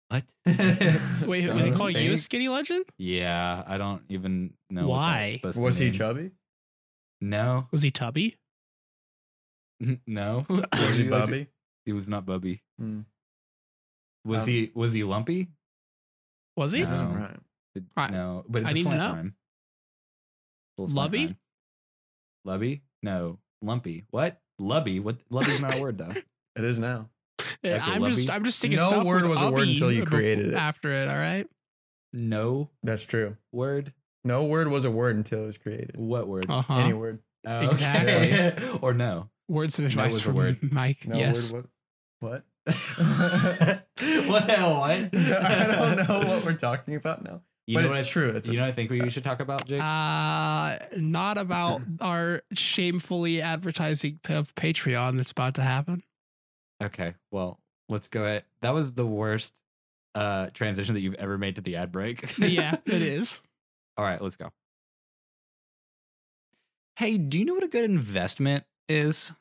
S4: "What?" yeah,
S3: Wait, was he
S4: Don't
S3: calling you a
S4: think-
S3: skinny legend?
S4: I don't even know what that
S3: Why?
S4: supposed to
S2: Was he
S4: mean.
S2: chubby?
S4: No,
S3: Was he tubby?
S4: no.
S2: Was he
S4: like-
S2: Bobby?
S4: He was not Bubby.
S2: Hmm.
S4: Was
S2: Um,
S4: he? Was he lumpy?
S3: Was he?
S2: It doesn't
S4: No.
S2: rhyme.
S4: It-
S3: I-
S4: no, but it's
S3: I
S4: a
S3: need to
S4: slant
S3: know.
S4: rhyme. Little slant
S3: Lubby?
S4: rhyme. Lubby? No, lumpy. What? Lubby? What? Lubby's not a word though.
S2: It is now.
S3: Yeah,
S4: Like a
S3: I'm just
S4: lubby?
S3: I'm just thinking
S2: No
S3: stuff
S2: word
S3: with
S2: was a word
S3: ubby
S2: until you
S3: bef-
S2: created it.
S3: after it, all right?
S4: No
S2: That's true.
S4: word.
S2: No word was a word until it was created.
S4: What word?
S3: Uh-huh.
S2: Any word.
S4: Oh, okay.
S3: exactly.
S4: or no.
S3: Words of
S4: No
S3: advice
S4: was a
S3: from
S4: word.
S3: Mike.
S2: No
S3: yes.
S2: word. What?
S4: well, what?
S2: I don't know what we're talking about now.
S4: You
S2: but
S4: know
S2: it's
S4: what I-
S2: true. It's a
S4: you know, what I think we should talk about Jake.
S3: Uh, not about our shamefully advertising of Patreon that's about to happen.
S4: okay. Well, let's go ahead. That was the worst uh transition that you've ever made to the ad break.
S3: Yeah, it is.
S4: All right, let's go. Hey, do you know what a good investment is?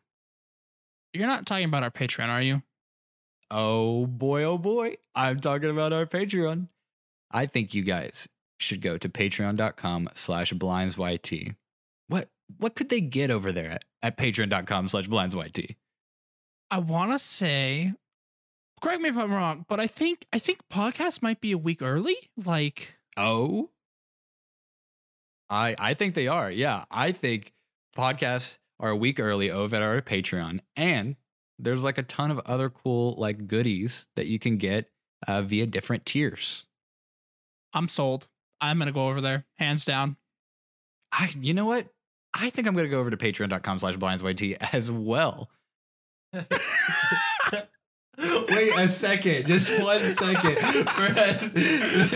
S3: You're not talking about our Patreon, are you?
S4: Oh boy, oh boy. I'm talking about our Patreon. I think you guys should go to patreon.com slash blindsyt. What what could they get over there at, at patreon.com slash blindsyt?
S3: I want to say, correct me if I'm wrong, but I think I think podcast might be a week early. Like,
S4: Oh. I I think they are. Yeah. I think podcasts are a week early over at our Patreon. And there's like a ton of other cool like goodies that you can get uh, via different tiers.
S3: I'm sold. I'm gonna go over there, hands down.
S4: I you know what? I think I'm gonna go over to patreon.com slash blindsyt as well. Wait a second, just one second. Brad-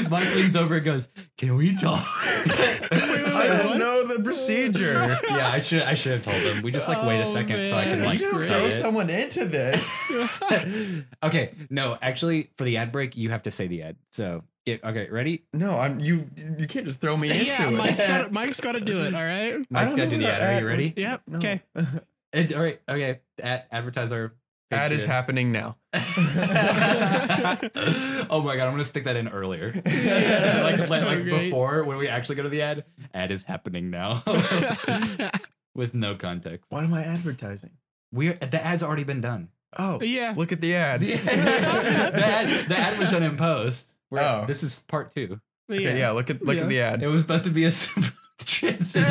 S4: Mike leans over and goes, Can we talk?
S3: wait,
S2: I
S3: wait,
S2: don't
S3: what?
S2: know the procedure.
S4: yeah, I should I should have told him. We just like wait a
S3: Oh,
S4: second so I
S3: man.
S4: can like
S2: you
S3: Did
S4: cut
S2: throw
S4: it.
S2: someone into this.
S4: okay, no, actually for the ad break you have to say the ad. So yeah, okay, ready?
S2: No, I'm you. You can't just throw me
S3: yeah,
S2: into
S3: Mike's
S2: it.
S3: got Mike's got to do it. All right.
S4: Mike's
S2: don't know
S4: gotta do the
S2: the
S4: ad. Are
S2: ad.
S4: you ready?
S3: Yep.
S2: No.
S3: Okay.
S4: Ad- all right, okay. Ad- advertise our
S2: Ad is
S4: Patreon.
S2: happening now.
S4: oh my god, I'm gonna stick that in earlier.
S3: Yeah,
S4: like
S3: that's
S4: like,
S3: so
S4: like
S3: great.
S4: before when we actually go to the ad, ad is happening now with no context.
S2: What am I advertising?
S4: We're the ad's already been done.
S2: Oh,
S3: yeah.
S2: look at the ad.
S4: the, ad, the ad was done in post. We're-
S2: Oh.
S4: This is part two.
S2: Okay, yeah, look at look at the ad.
S4: It was supposed to be a smooth transition.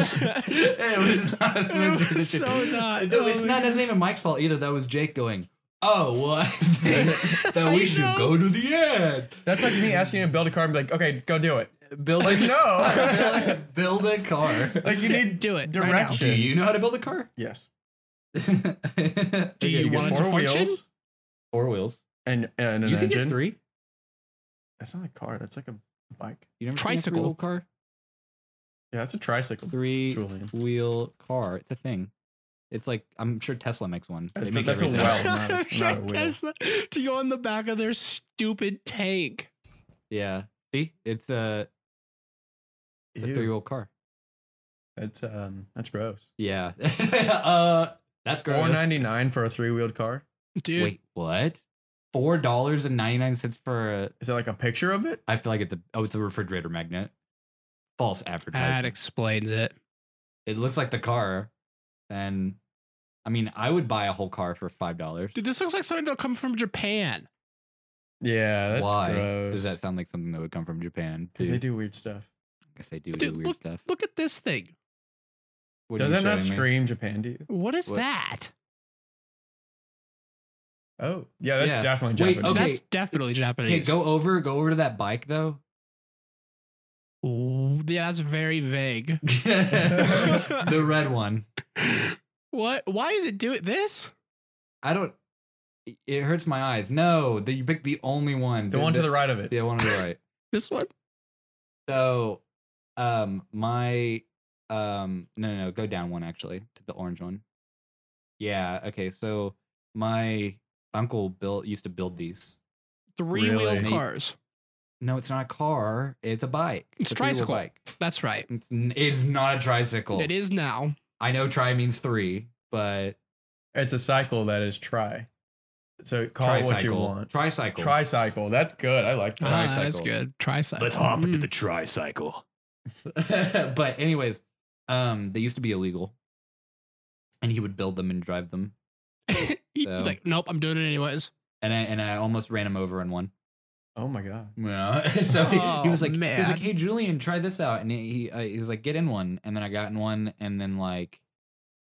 S4: it was not a smooth
S3: It was
S4: transition.
S3: so not.
S4: No, it's
S3: Oh,
S4: not. That's not even Mike's fault either. That was Jake going. Oh well, I think that
S3: I
S4: we should
S3: know.
S4: go to the ad.
S2: That's like me asking you to build a car and be like, okay, go do it.
S4: Build
S2: Like,
S4: a
S2: no.
S4: build a car.
S2: like you need
S3: Do it right now.
S2: direction.
S4: Do you know how to build a car?
S2: Yes.
S4: Do
S3: you
S2: get
S3: want it to function?
S4: four wheels?
S2: and and an
S4: you can
S2: engine.
S4: get three.
S2: That's not a car. That's like a bike.
S4: You never seen a
S3: Tricycle.
S4: three-wheel car?
S2: Yeah, that's a tricycle.
S4: Three
S2: Julian.
S4: wheel car. It's a thing. It's like I'm sure Tesla makes one. They
S2: That's a-
S4: make
S2: that's a
S4: everything.
S2: well, not a- not a
S3: Sure,
S2: wheel.
S3: Tesla to go in the back of their stupid tank.
S4: Yeah. See, it's a, it's a
S2: Ew.
S4: three wheel car.
S2: That's um that's gross.
S4: Yeah. uh, that's gross.
S2: Four ninety nine for a three wheeled car.
S3: Dude,
S4: Wait, what? four dollars and ninety nine cents for a.
S2: Is that like a picture of it?
S4: I feel like it's a oh, it's a refrigerator magnet. False
S3: That
S4: advertising.
S3: explains it.
S4: It looks like the car, and I mean, I would buy a whole car for five dollars.
S3: Dude, this looks like something that'll come from Japan.
S2: Yeah, that's
S4: Why
S2: gross.
S4: does that sound like something that would come from Japan?
S2: Because they
S4: dude?
S2: do weird stuff.
S4: I guess they do
S3: Dude,
S4: do weird stuff.
S3: Look at this thing.
S4: What are
S2: Does
S4: you
S2: that not
S4: showing me?
S2: scream Japan to you?
S3: What is
S4: What?
S3: that?
S2: Oh, yeah, that's
S4: Yeah.
S2: definitely
S4: Wait,
S2: Japanese.
S4: Okay.
S3: That's definitely Japanese.
S4: Okay, go over, go over to that bike though.
S3: Ooh, yeah, that's very vague.
S4: the red one.
S3: What? Why is it doing this?
S4: I don't. It hurts my eyes. No, the, you picked the only one.
S2: The one to the right of it.
S4: Yeah, one to the right.
S3: This one?
S4: So, um, my um, no, no, no, go down one actually to the orange one. Yeah. Okay. So my uncle built used to build these.
S3: Three wheeled
S2: Really?
S3: cars.
S4: No, it's not a car. It's a bike.
S3: It's
S4: a three-wheel
S3: tricycle.
S4: bike.
S3: That's right.
S4: It's, n- it's not a tricycle.
S3: It is now.
S4: I know tri means three, but
S2: It's a cycle that is tri. So call it
S4: tricycle.
S2: what you want.
S4: Tricycle.
S2: Tricycle. That's good. I like that.
S3: Ah, that's
S4: Tricycle.
S3: good. Tricycle.
S2: Hmm.
S3: Mm.
S4: tricycle. but anyways, um, they used to be illegal, and he would build them and drive them,
S3: He's
S4: though.
S3: like, nope, I'm doing it anyways.
S4: and I and I almost ran him over in one.
S2: Oh my god.
S4: Yeah. so he, he was
S3: Oh,
S4: like, he was
S3: man.
S4: like, hey Julian, try this out, and he uh, he was like, get in one, and then I got in one, and then like,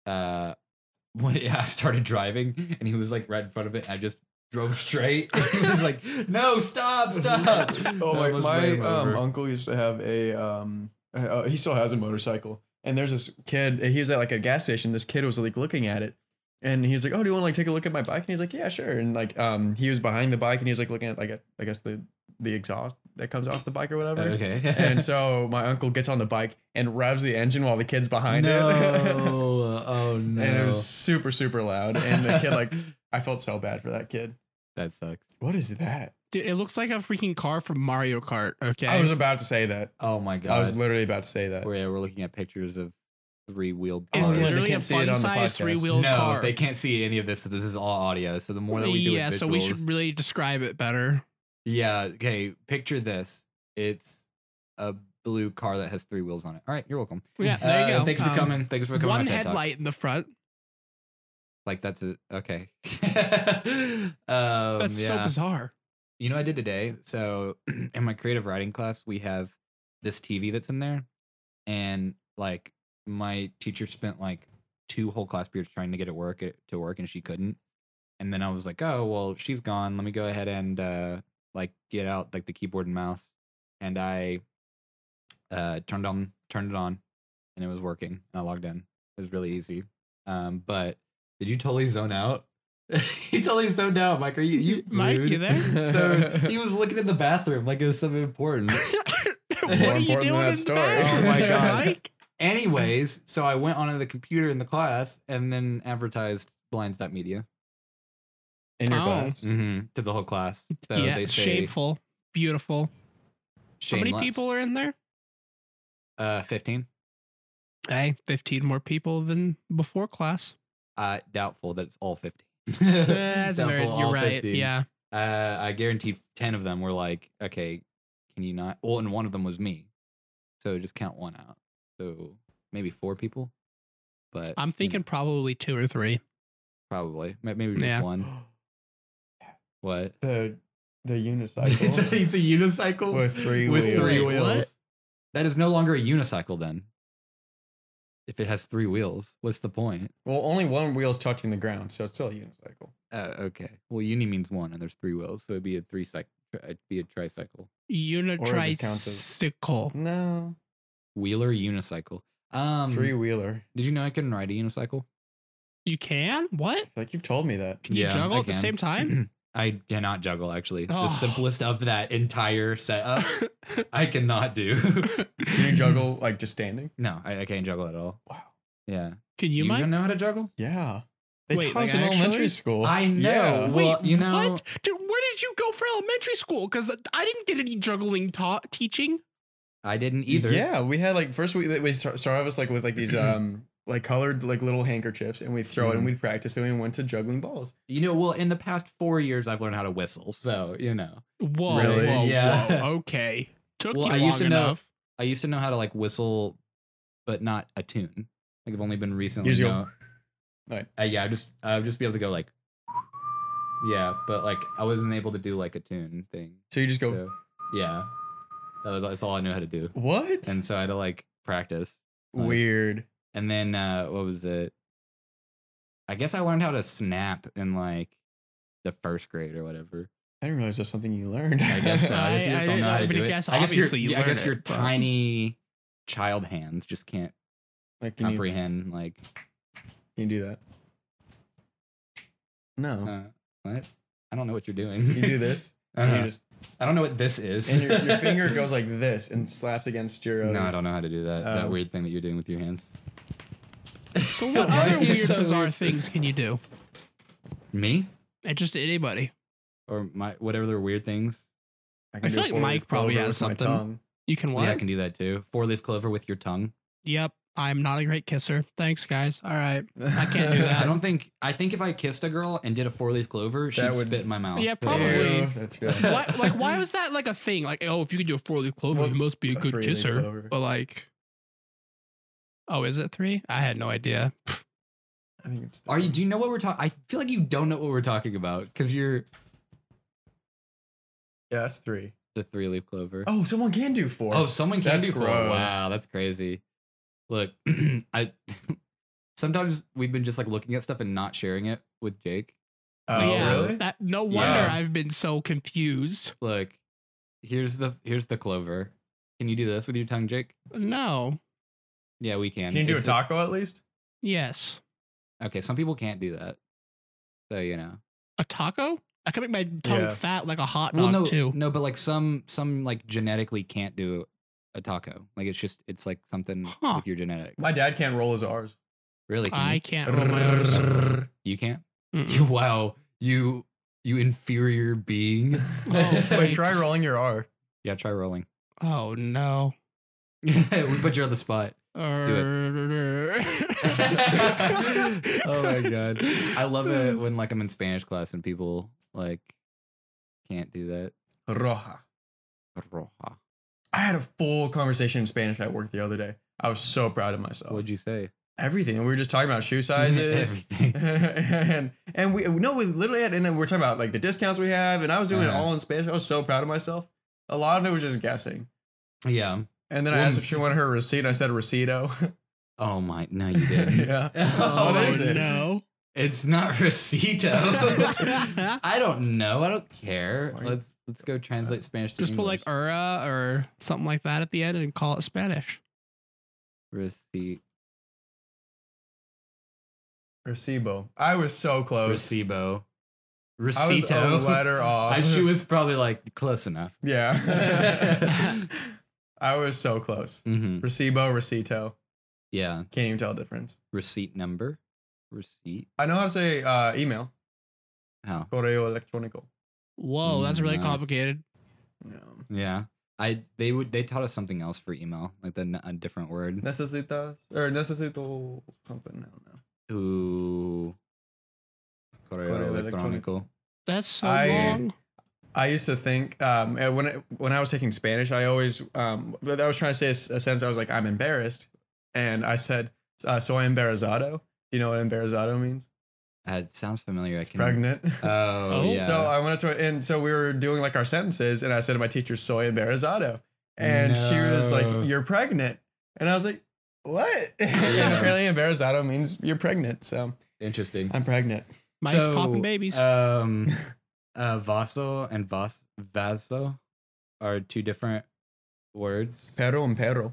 S4: uh, when I started driving, and he was like right in front of it, and I just. Drove straight. he was like, "No, stop, stop!"
S2: Oh
S4: I
S2: my!
S4: almost
S2: My
S4: ran him
S2: um,
S4: over.
S2: uncle used to have a. Um, uh, he still has a motorcycle, and there's this kid. He was at like a gas station. This kid was like looking at it, and he was like, "Oh, do you want to like take a look at my bike?" And he's like, "Yeah, sure." And like, um, he was behind the bike, and he was like looking at like a, I guess the the exhaust that comes off the bike or whatever.
S4: okay.
S2: And so my uncle gets on the bike and revs the engine while the kid's behind it.
S4: no. Oh no.
S2: and it was super super loud. And the kid like, I felt so bad for that kid.
S4: that sucks.
S2: What is that?
S3: Dude, it looks like a freaking car from Mario Kart. Okay.
S2: I was about to say that.
S4: Oh my god.
S2: I was literally about to say that.
S4: we're, Oh, yeah, we're looking at pictures of three wheeled
S2: Oh,
S3: it's
S2: yeah, they
S3: literally
S2: can't
S3: a
S2: see it on the
S3: fun size
S2: podcast.
S3: three wheeled
S4: No,
S3: car.
S4: they can't see any of this. So this is all audio. So the more that we do,
S3: yeah,
S4: with
S3: so we
S4: visuals-
S3: should really describe it better.
S4: Yeah. Okay. Picture this. It's a blue car that has three wheels on it. All right. You're welcome.
S3: Yeah, there you
S4: Uh,
S3: go.
S4: Thanks for
S3: Um,
S4: coming. Thanks for coming. on
S3: One
S4: TED Talk.
S3: headlight in the front.
S4: Like that's it. Okay. um,
S3: That's so
S4: yeah.
S3: bizarre.
S4: you know what I did today? So in my creative writing class, we have this TV that's in there, and like my teacher spent like two whole class periods trying to get it work it to work, and she couldn't. And then I was like, oh well, she's gone. Let me go ahead and uh, like get out like the keyboard and mouse, and I uh, turned on turned it on, and it was working. And I logged in. It was really easy. Um, but did you totally zone out? you totally zoned out, Mike. Are you, you
S3: Mike, you
S4: rude.
S3: there?
S4: So he was looking in the bathroom like it was something important.
S3: what
S4: More
S3: are
S2: important
S3: you doing
S2: than
S3: in
S2: that story.
S3: back?
S4: Oh my God.
S3: Mike?
S4: Anyways, so I went onto the computer in the class and then advertised blinds.media
S2: in your
S3: Oh.
S2: class.
S4: mm-hmm. to the whole class. So
S3: yeah,
S4: they
S3: it's
S4: say
S3: shameful. Beautiful. How
S4: shameless.
S3: many people are in there?
S4: uh 15?
S3: Hey, 15 more people than before class. Eh,
S4: Uh doubtful that it's all 15.
S3: That's
S4: Doubtful
S3: very, you're
S4: all
S3: right.
S4: 15.
S3: Yeah.
S4: Uh I guarantee 10 of them were like, "Okay, can you not?" Well, and one of them was me. So just count one out. So maybe four people. But you
S3: I'm
S4: know,
S3: thinking probably two or three.
S4: probably May- maybe just
S3: Yeah.
S4: one. What?
S2: the the
S4: it's, a,
S2: unicycle
S4: it's a unicycle
S2: with three
S4: with
S2: wheels.
S4: three
S3: Wait,
S4: wheels.
S3: what?
S4: That is no longer a unicycle then. If it has three wheels, what's the point?
S2: Well, only one wheel's touching the ground, so it's still a unicycle.
S4: Uh, okay. Well, uni means one, and there's three wheels, so it'd be a three cycle. It'd be a tricycle,
S2: counts as-
S3: Unitricycle.
S2: No,
S4: wheeler unicycle. Um,
S2: three wheeler.
S4: Did you know I can ride a unicycle?
S3: You can? What?
S2: Like you've told me that.
S3: Can you juggle
S4: I
S3: at the
S4: can.
S3: same time?
S4: I cannot juggle. Actually,
S3: Oh.
S4: the simplest of that entire setup, I cannot do.
S2: Can you juggle like just standing?
S4: No, I, I can't juggle at all.
S2: Wow.
S4: Yeah.
S3: Can you,
S4: You,
S3: Mike?
S4: don't know how to juggle?
S2: Yeah, they
S3: Wait,
S2: taught us
S3: like
S2: in elementary
S3: actually?
S2: school.
S4: I know.
S2: Yeah.
S4: Well,
S3: Wait,
S4: you know,
S3: what? Dude, where did you go for elementary school? Because I didn't get any juggling ta- teaching.
S4: I didn't either.
S2: Yeah, we had like first we we start, started us like with like these um like colored like little handkerchiefs and we'd throw
S4: Mm-hmm.
S2: it and we'd practice and we went to juggling balls.
S4: You know, well, in the past four years, I've learned how to whistle. So, you know,
S3: Whoa,
S2: Really?
S3: whoa,
S4: Yeah.
S3: whoa. Okay. Took
S4: Well,
S3: you
S4: I
S3: long
S4: used to know-
S3: enough.
S4: I used to know how to like whistle, but not a tune. Like, I've only been recently.
S2: You just go,
S4: know-
S2: like-
S4: Uh, yeah, I just, I would just be able to go like, yeah, but like, I wasn't able to do like a tune thing.
S2: So you just go,
S4: So, yeah. That was, that's all I knew how to do.
S2: What?
S4: And so I had to like practice. like-
S2: Weird.
S4: And then uh what was it? I guess I learned how to snap in like the first grade or whatever.
S2: I didn't realize that's something you learned.
S4: I guess so. I, guess
S3: I-
S4: you just
S3: I-
S4: don't know how
S3: I
S4: to
S3: mean,
S4: do
S3: I
S4: it.
S3: guess
S4: I guess your-
S3: obviously you
S4: I guess
S3: learn
S4: your
S3: it, but-
S4: tiny child hands just can't
S2: like can you, can
S4: comprehend like
S2: you do that? No.
S4: uh, what? I don't know what you're doing.
S2: You do this, and
S4: Uh-huh.
S2: you just
S4: I don't know what this is.
S2: and your, your finger goes like this and slaps against your. um,
S4: No,
S2: other-
S4: I don't know how to do that. That
S2: Oh.
S4: weird thing that you're doing with your hands.
S3: So what
S4: Why
S3: other
S4: are you
S3: weird,
S4: so
S3: bizarre
S4: weird?
S3: things can you do?
S4: Me
S3: And just anybody.
S4: or my whatever the weird things.
S2: can
S3: I
S2: do
S3: feel
S2: a
S3: like
S2: forward
S3: Mike probably
S2: over
S3: has
S2: with my
S3: something.
S2: tongue.
S3: You can what?
S4: Yeah, I can do that too. Four leaf clover with your tongue.
S3: Yep. I'm not a great kisser. Thanks, guys. All right. I can't do that.
S4: I don't think. I think if I kissed a girl and did a four leaf clover, she'd
S2: That would-
S4: spit in my mouth.
S3: Yeah,
S2: Ew,
S3: probably.
S2: that's good.
S3: why, like, why was that like a thing? Like, oh, if you could do a four leaf clover,
S2: Well,
S3: you
S2: it's
S3: must be a
S2: a
S3: good
S2: three-leaf
S3: kisser.
S2: clover.
S3: But like, oh, is it three? I had no idea.
S2: I think it's
S4: Are you? Do you know what we're talking? I feel like you don't know what we're talking about because you're
S2: yeah, that's three.
S4: the three leaf clover.
S2: Oh, someone can do four.
S4: Oh, someone can
S2: That's
S4: do four.
S2: gross.
S4: Wow, that's crazy. Look, I sometimes we've been just like looking at stuff and not sharing it with Jake.
S2: Oh,
S4: Yeah.
S2: really?
S3: That no wonder
S4: Yeah.
S3: I've been so confused.
S4: Look, here's the here's the clover. Can you do this with your tongue, Jake?
S3: No.
S4: Yeah, we can.
S2: Can you do a
S4: It's
S2: taco at least?
S3: Yes.
S4: okay, some people can't do that. So you know.
S3: A taco? I can make my tongue
S2: Yeah.
S3: fat like a hot
S4: Well,
S3: dog
S4: no,
S3: too.
S4: no, but like some some like genetically can't do a taco. Like it's just it's like something
S3: Huh.
S4: with your genetics.
S2: My dad can't roll his R's.
S4: really can
S3: I
S4: you?
S3: can't roll my R's.
S4: you can't.
S3: Mm-mm.
S2: Mm.
S4: You wow, you you inferior being.
S3: Oh,
S2: Wait, try
S3: thanks.
S2: rolling your R.
S4: yeah, try rolling. but
S3: Oh no.
S4: you're on the spot. oh my god, Mm. I love it when like I'm in Spanish class and people like can't do that.
S2: Roja.
S4: Roja.
S2: I had a full conversation in Spanish at work the other day. I was so proud of myself.
S4: What'd you say?
S2: Everything. We were just talking about shoe sizes.
S4: Everything.
S2: and and we no, we literally had and then we we're talking about like the discounts we have, and I was doing
S4: Uh-huh.
S2: it all in Spanish. I was so proud of myself. A lot of it was just guessing.
S4: Yeah.
S2: And then I
S4: Well,
S2: asked if she wanted her receipt. and I said recito.
S4: Oh my. No, you didn't.
S2: yeah.
S4: Oh,
S2: What is it?
S3: no.
S4: It's not Recito. I don't know. I don't care.
S2: Why are you-
S4: Let's let's go translate Spanish to
S3: Just put like
S4: English.
S3: Ura or something like that at the end and call it Spanish.
S4: Reci-
S2: Recibo. I was so close.
S4: Recibo.
S2: I was a
S4: Recito.
S2: letter off.
S4: And she was probably like close enough.
S2: yeah. I was so close.
S4: Mm-hmm.
S2: Recibo, recito.
S4: Yeah.
S2: Can't even tell the difference.
S4: Receipt number. Receipt.
S2: I know how to say uh, email.
S4: How?
S2: Correo electrónico.
S3: Whoa, that's really
S4: Nice.
S3: complicated.
S2: No.
S4: Yeah. I they would they taught us something else for email like the, n- a different word.
S2: Necesitas or necesito something. I don't know.
S4: Ooh. Correo,
S2: Correo
S4: electrónico.
S3: That's so
S2: I-
S3: long.
S2: I used to think um, uh, when it, when I was taking Spanish, I always um, but I was trying to say a, s- a sentence. I was like, I'm embarrassed, and I said, uh, "Soy embarazado." Do you know what embarazado means?
S4: Uh, it sounds familiar. I can.
S2: Pregnant.
S4: Oh,
S3: Oh.
S4: yeah.
S2: So I wanted to, and so we were doing like our sentences, and I said to my teacher, "Soy embarazado," and she was
S4: No.
S2: like, "You're pregnant," and I was like, "What?" and
S4: Yeah.
S2: apparently, embarazado means you're pregnant. So
S4: Interesting.
S2: I'm pregnant.
S3: Uh, Mice
S4: So,
S3: popping babies.
S4: Um, uh, vaso and vas vaso are two different words.
S2: Pero and perro.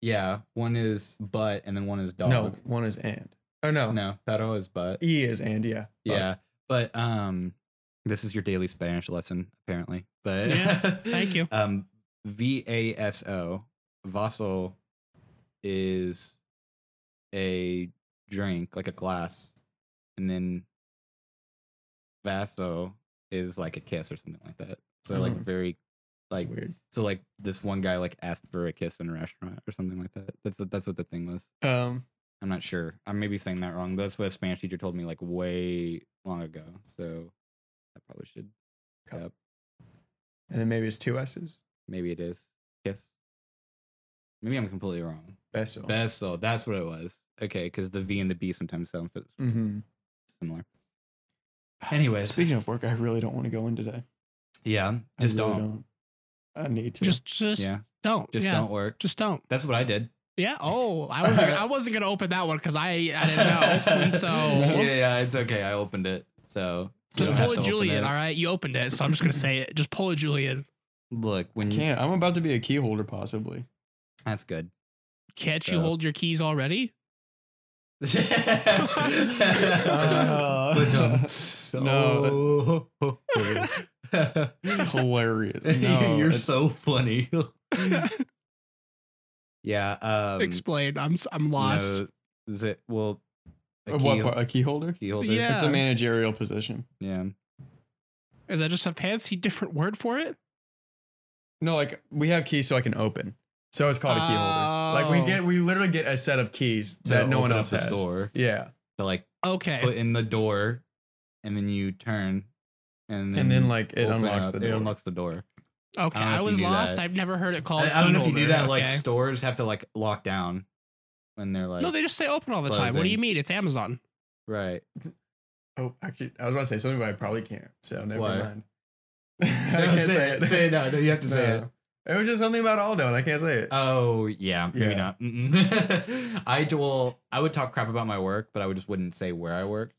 S4: Yeah, one is butt and then one is dog.
S2: No, one is and. Oh no,
S4: no, pero is butt.
S2: E is and. Yeah.
S4: Yeah, but um, this is your daily Spanish lesson apparently. But
S3: Yeah, thank you.
S4: Um, V A S O vaso is a drink like a glass, and then vaso is like a kiss or something like that. So like
S2: Mhm.
S4: very
S2: That's
S4: like
S2: weird.
S4: so like this one guy like asked for a kiss in a restaurant or something like that. That's that's what the thing was.
S2: Um,
S4: I'm not sure. I may be saying that wrong, but that's what a Spanish teacher told me like way long ago. So I probably should.
S2: Cup.
S4: Cup.
S2: And then maybe it's two S's.
S4: Maybe it is. Kiss. Maybe I'm completely wrong.
S2: Beso.
S4: Beso. That's what it was. Okay, because the V and the B sometimes sound f-
S2: mm-hmm.
S4: similar. Anyways.
S2: speaking of work, I really don't want to go in today.
S4: Yeah.
S2: I
S4: Just
S2: really
S4: don't.
S2: I need to.
S3: Just just
S4: Yeah.
S3: don't.
S4: Just
S3: yeah.
S4: don't work.
S3: Just don't.
S4: That's what I did.
S3: Yeah. Oh, I wasn't. I wasn't gonna open that one because I I didn't know. And so
S4: yeah, yeah, it's okay. I opened it. So you
S3: just
S4: don't have
S3: pull
S4: to
S3: a
S4: open
S3: Julian.
S4: it.
S3: All right, you opened it, so I'm just gonna say it. Just pull a Julian.
S4: Look, when you
S2: can't. I'm about to be a key holder, possibly.
S4: Mm. that's good.
S3: Can't you
S4: So-
S3: hold your keys already?
S2: Uh,
S4: no.
S2: Hilarious. No,
S4: You're
S2: it's-
S4: so funny. Um, yeah. Um,
S3: Explain. I'm s- I'm lost.
S4: no, is it, well, a
S2: What
S4: key,
S2: part? A key holder?
S4: key holder.
S3: Yeah.
S2: It's a managerial position.
S4: Yeah.
S3: Is that just a fancy different word for it?
S2: No, like we have keys so I can open. So it's called a key holder. Like
S3: Oh.
S2: we get, we literally get a set of keys
S4: To
S2: that no one
S4: open up
S2: else
S4: the
S2: has.
S4: store.
S2: Yeah,
S4: To like
S3: Okay.
S4: put in the door, and then you turn, and then
S2: and then like it
S4: open
S2: unlocks
S4: up-
S2: the door.
S4: It unlocks the door.
S3: okay.
S4: Oh, I don't know
S3: I,
S4: if
S3: was
S4: you knew
S3: lost.
S4: that.
S3: I've never heard it called.
S4: I, I don't know if you
S3: key
S4: do that. Like
S3: holder, okay.
S4: stores have to like lock down when they're like.
S3: no, they just say open all the time. What do
S4: closing.
S3: you mean? It's Amazon.
S4: right.
S2: oh, actually, I was about to say something, but I probably can't. So never
S4: What?
S2: mind. I can't say, it.
S4: no. You have
S2: No. It was just something about Aldo, and I can't say it.
S4: Oh yeah, maybe
S2: Yeah.
S4: not. Mm-mm. I d- well, I would talk crap about my work, but I would just wouldn't say where I worked.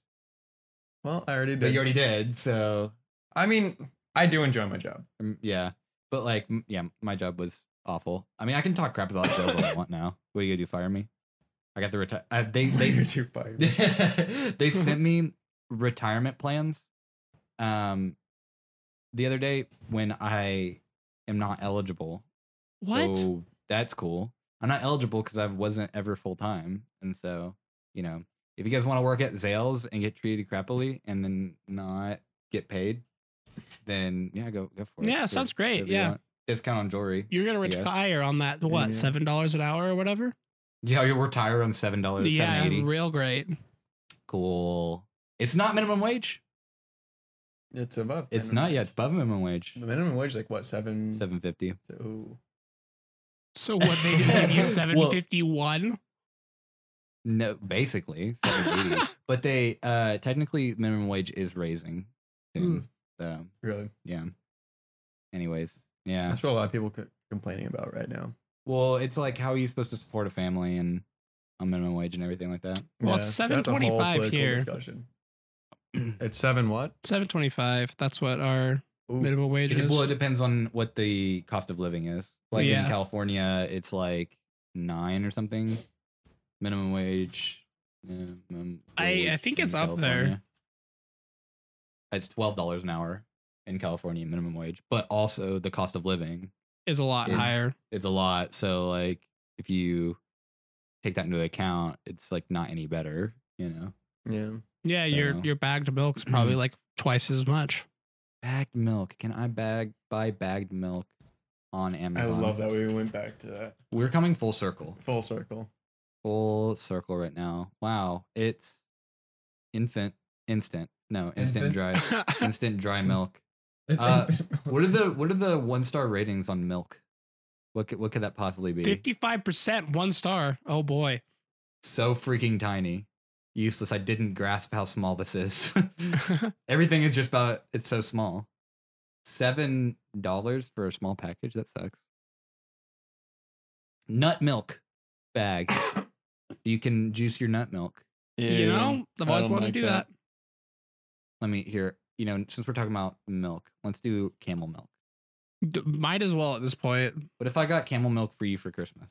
S2: well, I already
S4: But
S2: did.
S4: you already did, so
S2: I mean, I do enjoy my job.
S4: um, yeah. But like, m- yeah, my job was awful. I mean, I can talk crap about Joe all I want now. What are you gonna do? Fire me? I got the retire. Uh, they
S2: You're
S4: they
S2: too fired.
S4: they sent me retirement plans um the other day when I am not eligible.
S3: What?
S4: So that's cool. I'm not eligible because I wasn't ever full time. And so, you know, if you guys want to work at Zales and get treated crappily and then not get paid, then yeah, go go for it.
S3: Yeah,
S4: Do
S3: sounds great,
S4: whatever you
S3: yeah.
S4: want. Discount on jewelry.
S3: You're gonna
S4: I guess.
S3: retire on that what
S4: Mm-hmm.
S2: Yeah.
S3: seven dollars an hour or whatever?
S4: Yeah, you retire on seven dollars.
S3: Yeah,
S4: $7.80.
S3: real great.
S4: cool. It's not minimum wage.
S2: It's above.
S4: It's
S2: minimum
S4: not
S2: wage. Mm.
S4: yet. It's above minimum wage.
S2: The minimum wage is like what seven?
S4: Seven fifty.
S2: So,
S3: So what they did give you
S4: Well-
S3: seven fifty one?
S4: No, basically seven eighty. but they uh technically minimum wage is raising
S2: Mm.
S4: soon. So
S2: really,
S4: yeah. Anyways, yeah.
S2: that's what a lot of people co- complaining about right now.
S4: Well, it's like how are you supposed to support a family and on minimum wage and everything like that?
S3: Well, it's
S2: that's a whole
S3: 7.25
S2: political
S3: here.
S2: Discussion. It's seven what?
S3: Seven twenty five. That's what our
S2: Ooh.
S3: minimum wage
S4: It,
S3: is.
S4: well, it depends on what the cost of living is. Like in
S3: Yeah.
S4: California, it's like nine or something minimum wage. Yeah, minimum
S3: I- I
S4: wage
S3: think
S4: in
S3: it's up there.
S4: California. It's twelve dollars an hour in California minimum wage, but also the cost of living
S3: is a lot
S4: is-
S3: higher.
S4: it's a lot. So like if you take that into account, it's like not any better, you know.
S2: Yeah.
S3: Yeah, your
S4: So-
S3: your bagged milk's probably
S2: Mm-hmm.
S3: like twice as much.
S4: Bagged milk. Can I bag buy bagged milk on
S2: I
S4: Amazon?
S2: love that we went back to that
S4: We're coming full circle.
S2: full circle.
S4: Full circle right now. Wow. It's infant instant. No, instant
S2: Infant?
S4: dry instant dry milk.
S2: It's
S4: Uh, What are the what are the one star ratings on milk? What could, what could that possibly be?
S3: Fifty five percent, one star. Oh boy.
S4: So freaking tiny. Useless. I didn't grasp how small this is. Everything is just about it's so small. Seven dollars for a small package. That sucks. Nut milk bag. you can juice your nut milk.
S3: you know, I've
S2: I
S3: always
S2: don't
S3: wanted
S2: like
S3: to do that.
S4: Let me hear. You know, since we're talking about milk, let's do camel milk.
S3: D- might as well at this point.
S4: What if I got camel milk for you for Christmas?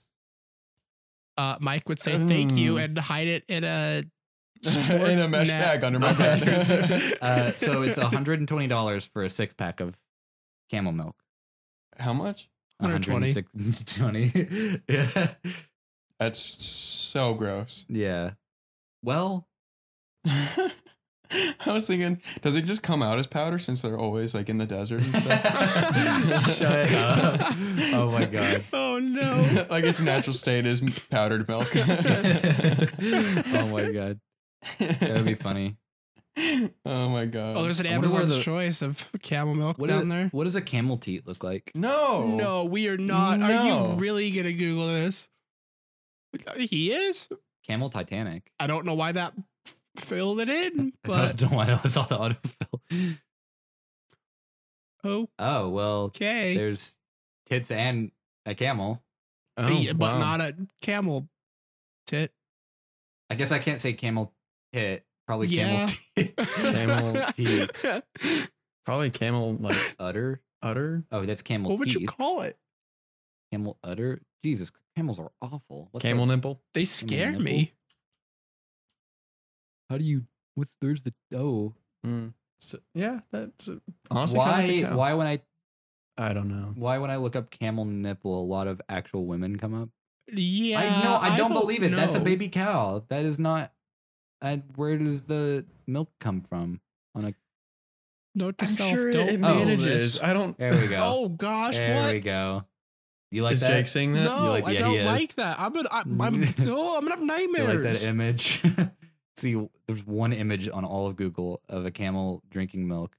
S3: Uh, Mike would say thank you
S2: Mm.
S3: and hide it in a
S2: in a
S3: sports
S2: mesh
S3: net.
S2: bag under my bed.
S4: Uh, so it's hundred and twenty dollars for a six pack of camel milk.
S2: How much?
S3: 120.
S4: 120. yeah.
S2: That's so gross.
S4: Yeah. Well,
S2: I was thinking, does it just come out as powder since they're always like in the desert and stuff?
S4: Shut up. Oh my
S2: uh,
S4: god.
S3: Oh no.
S2: like its natural state is powdered milk.
S4: oh my god. That would be funny.
S2: oh my god.
S3: Oh, there's an
S4: I wonder where
S3: Amazon's
S4: the-
S3: choice of camel milk
S4: What,
S3: down
S4: do-
S3: there.
S4: what does a camel teat look like?
S2: no.
S4: Oh.
S3: No, we are not. Are
S2: No.
S3: you really gonna Google this? He is.
S4: Camel Titanic.
S3: I don't know why that f- filled it in,
S4: I
S3: but
S4: don't know why I saw the autofill. Oh well,
S3: okay.
S4: there's tits and a camel.
S2: Oh,
S3: Yeah, but
S2: wow.
S3: not a camel tit.
S4: I guess I can't say camel tit. Probably
S3: Yeah.
S4: camel tit. camel teat.
S2: probably camel like
S4: Udder.
S2: udder.
S4: Oh, that's camel
S3: What would you
S4: teeth.
S3: call it?
S4: camel udder. Jesus, camels are awful. What the-
S2: camel nipple.
S3: They scare
S4: nipple?
S3: me.
S4: How do you? What's there's the oh?
S2: Mm. So- yeah, that's a- honestly kinda like a
S4: why?
S2: cow.
S4: Why when I
S2: I don't know.
S4: why when I look up camel nipple, a lot of actual women come up.
S3: Yeah.
S4: I no, I don't believe it. That's a
S3: know.
S4: baby cow. That is not. I, where does the milk come from? On a
S3: Note to
S2: I'm
S3: self,
S2: sure it,
S3: don't
S2: it
S4: Oh,
S3: Google
S2: manages.
S3: this.
S2: I don't.
S4: there we go.
S3: Oh gosh,
S4: there
S3: what?
S4: we go. You like
S2: is
S4: that?
S2: Jake seeing that?
S3: No,
S4: like-
S3: I
S4: yeah, he
S3: don't
S4: is.
S3: like that. I'm gonna. I, I'm no. I'm gonna have
S4: you like
S3: nightmares.
S4: that image? See, there's one image on all of Google of a camel drinking milk.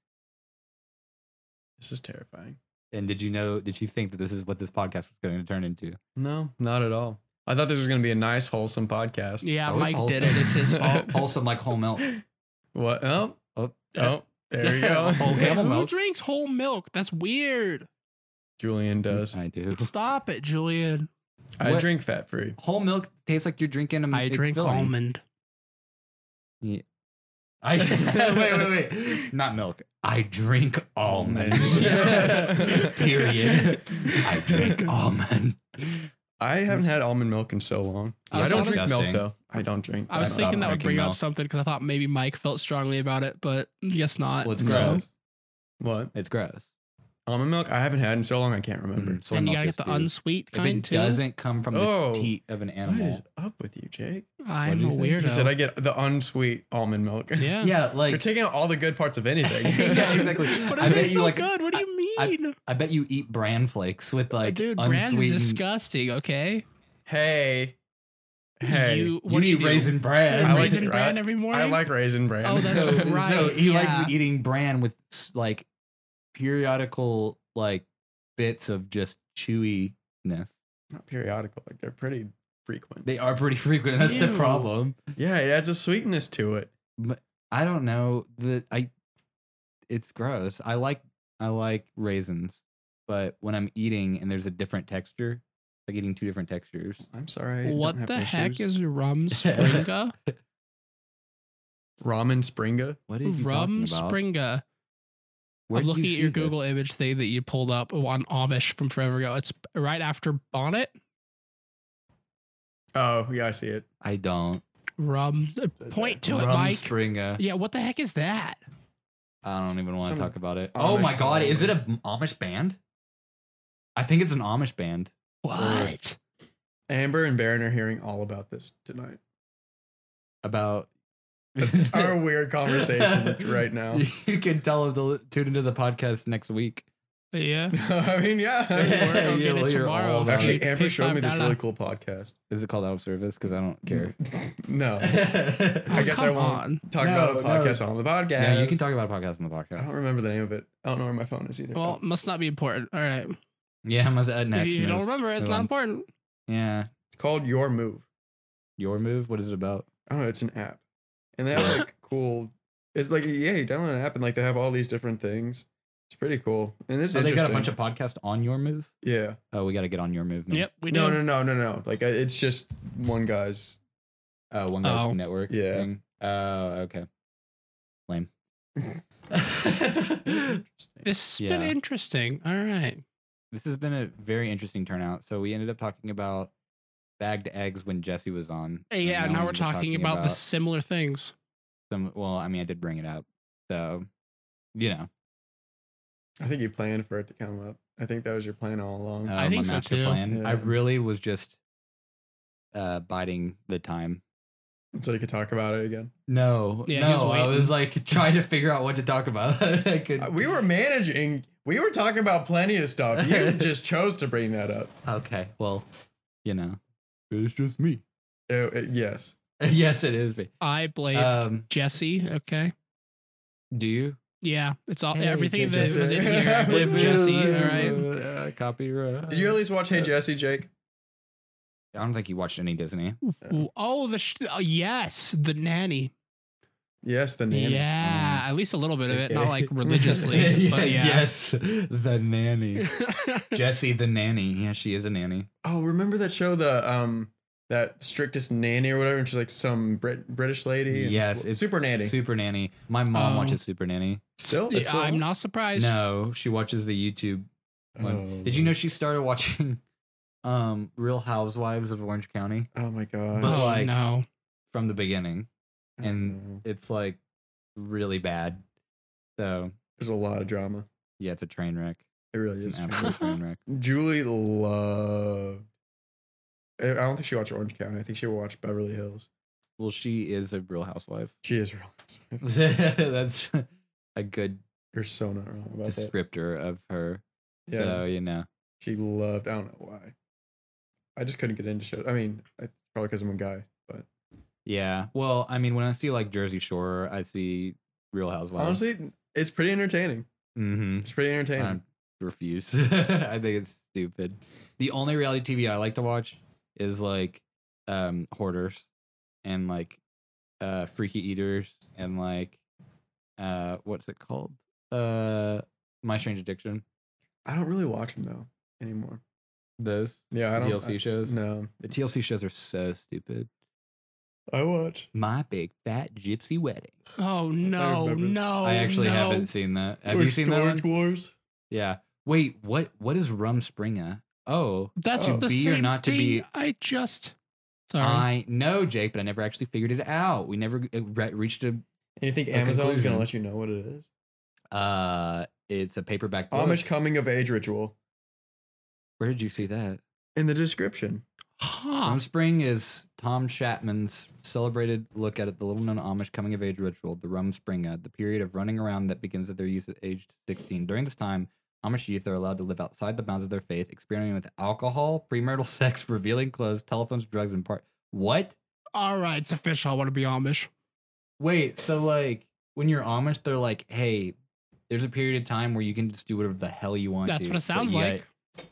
S2: This is terrifying.
S4: And did you know? Did you think that this is what this podcast was going to turn into?
S2: No, not at all. I thought this was going to be a nice, wholesome podcast.
S3: yeah,
S4: Oh, it's
S3: Mike did
S4: wholesome.
S3: it. It's his fault.
S4: Wholesome like whole milk.
S2: What? Oh,
S4: Oh,
S2: oh, there you go.
S4: Whole
S3: Okay,
S4: camel
S3: who
S4: milk.
S3: drinks whole milk? That's weird.
S2: Julian does.
S4: I do.
S3: Stop it, Julian.
S2: I
S4: What-
S2: drink fat free.
S4: Whole milk tastes like you're drinking a.
S3: I
S4: Mm, it's
S3: drink
S4: filling.
S3: almond.
S4: I wait, wait, wait. Not milk. I drink almond.
S2: Yes.
S4: Oh, Period. I drink almond.
S2: I haven't had almond milk in so long.
S3: I
S2: I,
S3: was
S2: don't
S3: honest-
S2: drink milk
S4: Disgusting.
S2: though. I don't drink.
S3: I was
S4: I'm
S2: don't
S3: thinking
S4: not
S3: that would
S4: drinking
S3: bring up
S4: milk.
S3: something because I thought maybe Mike felt strongly about it, but guess not.
S4: Well, it's
S2: No.
S4: gross.
S2: What
S4: It's gross.
S2: almond milk? I haven't had in so long. I can't remember.
S4: Mhm. Soy
S3: and you
S4: milk
S3: gotta
S4: is
S3: get the
S4: good.
S3: unsweet
S4: If
S3: kind
S4: it
S3: too.
S4: doesn't come from
S2: Oh.
S4: the teat of an
S2: What is
S4: animal.
S2: up with you, Jake?
S3: I'm a
S4: do you think?
S2: He
S3: weirdo.
S2: said I get the unsweet almond milk.
S3: yeah.
S4: Yeah,
S2: You're
S4: like
S2: taking out all the good parts of anything.
S4: yeah, exactly.
S3: But
S4: I
S3: is it
S4: bet
S3: so
S4: you like
S3: good? What do you mean?
S4: I- I bet you eat bran flakes with like
S3: Dude, brand's
S4: unsweetened.
S3: disgusting. Okay.
S2: hey, hey,
S3: You,
S4: You
S3: what do you
S4: eat
S3: do?
S4: raisin bran.
S2: I like
S3: raisin
S2: it,
S3: bran
S2: right?
S3: every morning.
S2: I like raisin bran.
S3: Oh, that's
S4: so,
S3: right,
S4: So he
S3: yeah.
S4: likes eating bran with s- like periodical like bits of just chewiness.
S2: not periodical. Like they're pretty frequent.
S4: They are pretty frequent. That's the
S3: Ew.
S4: problem.
S2: yeah, it adds a sweetness to it.
S4: I don't know that I. It's gross. I like I like raisins, but when I'm eating and there's a different texture, like eating two different textures.
S2: I'm sorry. I don't
S3: What
S2: have
S3: the heck
S2: issues.
S3: is rum springa?
S2: ramen springa?
S4: What are you
S3: rum
S4: talking about?
S3: springa.
S4: Where
S3: I'm
S4: did
S3: looking
S4: you
S3: at your
S4: see this?
S3: Google image thing that you pulled up on Amish from forever ago. It's right after bonnet.
S2: Oh, yeah, I see it.
S4: I don't.
S3: Rum. uh, Point to it,
S4: rum
S3: Mike.
S4: springa.
S3: yeah. What the heck is that?
S4: I don't even want
S2: Some
S4: to talk about it. oh
S2: Amish
S4: my god,
S2: band.
S4: is it an Amish band? I think it's an Amish band.
S3: What?
S2: Amber and Baron are hearing all about this tonight.
S4: About
S2: Our weird conversation right now.
S4: You can tell them to li- tune into the podcast next week.
S3: Yeah.
S2: I mean, yeah. I mean, we're-
S3: gonna get it
S4: you'll hear
S3: tomorrow.
S4: all about
S2: Actually,
S4: it.
S2: Amber showed me this
S3: $55.
S2: really cool podcast.
S4: is it called out of service? Because I don't care.
S2: No,
S3: Oh,
S2: I guess I
S3: come
S2: won't.
S3: on.
S2: talk
S4: No,
S2: about a
S4: no.
S2: podcast on the podcast.
S4: No, you can talk about a podcast on the
S2: I don't
S4: podcast.
S2: remember the name of it. I don't know where my phone is either.
S3: Well, must not be important. All right.
S4: Yeah, I'm at next.
S3: if you don't
S4: move.
S3: remember, it's
S4: Move
S3: not
S4: on.
S3: important.
S4: Yeah,
S2: it's called Your Move.
S4: your move. What is it about?
S2: I don't know. It's an app, and they have like cool. It's like yeah, you download an app and like they have all these different things. It's pretty cool, and this is
S4: Oh, they
S2: interesting.
S4: got a bunch of podcasts on your move.
S2: yeah.
S4: Oh, we got to get on your move. Now.
S3: Yep. We do.
S2: No, no, no, no, no. Like uh, it's just one guy's.
S4: Oh, one guy's
S3: Oh.
S4: network.
S2: Yeah.
S4: Thing. Oh, okay. Lame.
S3: This has been
S4: Yeah.
S3: interesting. All right.
S4: this has been a very interesting turnout. So we ended up talking about bagged eggs when Jesse was on.
S3: Hey,
S4: and
S3: Yeah, now we're talking, about, the similar things.
S4: some. Well, I mean, I did bring it up, so you know,
S2: I think you planned for it to come up. I think that was your plan all along.
S4: uh,
S3: I think
S4: my
S3: so,
S4: master
S3: too.
S4: plan. I
S2: Yeah.
S4: really was just uh, biding the time
S2: so you could talk about it again.
S4: No,
S3: Yeah, he was
S4: no, I
S3: waiting.
S4: was like trying to figure out what to talk about. I could.
S2: Uh, We were managing. We were talking about plenty of stuff. You just chose to bring that up.
S4: Okay, well, you know, it's just me.
S2: Uh, uh, yes.
S4: yes, it is me.
S3: I blame
S4: Um,
S3: Jesse. Okay.
S4: do you?
S3: Yeah, it's all
S4: Hey,
S3: everything that
S4: Jesse.
S3: was in here. I blame Jesse. All right.
S4: Uh, copyright.
S2: Did you at least watch
S4: Uh,
S2: Hey Jesse, Jake?
S4: I don't think you watched any Disney.
S3: Oh, the sh- oh, yes, the nanny.
S2: Yes, the nanny. Mm-hmm.
S3: Yeah, at least a little bit of it, not like religiously,
S4: Yeah,
S3: but yeah.
S4: Yes, the nanny. Jesse, the nanny. Yeah, she is a nanny.
S2: Oh, remember that show, the um, that strictest nanny or whatever, and she's like some Brit- British lady. and-
S4: Yes,
S2: well,
S4: it's
S2: super nanny.
S4: Super nanny. My mom
S3: Oh.
S4: watches Super Nanny.
S2: Still,
S3: Yeah,
S2: it's still
S3: I'm
S2: on?
S3: not surprised.
S4: No, she watches the YouTube ones.
S2: Oh.
S4: Did you know she started watching um Real Housewives of Orange County
S2: Oh my god.
S4: But,
S3: Oh,
S4: like-
S3: no.
S4: from the beginning?
S2: Oh,
S4: and-
S2: no.
S4: It's like really bad. So
S2: there's a lot of drama.
S4: yeah, it's a train wreck.
S2: It really
S4: It's
S2: is.
S4: an absolute train wreck.
S2: Julie loved. I I don't think she watched Orange County. I think she watched Beverly Hills.
S4: Well, she is a Real Housewife.
S2: She is wrong.
S4: That's a good
S2: You're so not wrong about that.
S4: descriptor of her.
S2: Yeah.
S4: So you know.
S2: She loved. I don't know why. I just couldn't get into shows. I mean, I, probably because I'm a guy, but
S4: Yeah. Well, I mean, when I see like Jersey Shore, I see Real Housewives.
S2: honestly, it's pretty entertaining.
S4: hmm
S2: It's pretty entertaining.
S4: I refuse. I think it's stupid. The only reality TV I like to watch is like um hoarders and like uh freaky eaters and like uh what's it called? Uh My Strange Addiction.
S2: I don't really watch them though anymore.
S4: Those
S2: Yeah, I don't.
S4: TLC shows.
S2: I, no,
S4: The TLC shows are so stupid.
S2: I watch.
S4: My big fat gypsy wedding.
S3: Oh no,
S2: remember.
S3: no.
S4: I actually
S3: no.
S4: haven't seen that. Have
S2: Or
S4: you seen that one?
S2: Storage Wars?
S4: Yeah. Wait, what what is Rumspringa? Oh,
S3: That's
S2: To
S3: the
S4: be or
S3: same
S4: not to
S3: thing
S4: be-
S3: I just sorry.
S4: I know, Jake, but I never actually figured it out. We never uh, re- reached a.
S2: And you think
S4: A
S2: Amazon's gonna
S4: conclusion.
S2: let you know what it is?
S4: Uh, it's a paperback book.
S2: Amish coming of age ritual
S4: Where did you see that?
S2: in the description.
S3: huh.
S4: Rumspring is Tom Chapman's celebrated look at it, the little known Amish coming of age ritual, the Rumspringa, the period of running around that begins at their youth at age 16. During this time, Amish youth are allowed to live outside the bounds of their faith, experimenting with alcohol, premarital sex, revealing clothes, telephones, drugs, and part. What?
S3: All right, it's official. I want to be Amish.
S4: Wait, so like when you're Amish, they're like, hey, there's a period of time where you can just do whatever the hell you want.
S3: That's
S4: to,
S3: what it sounds
S4: but you
S3: like.
S4: gotta-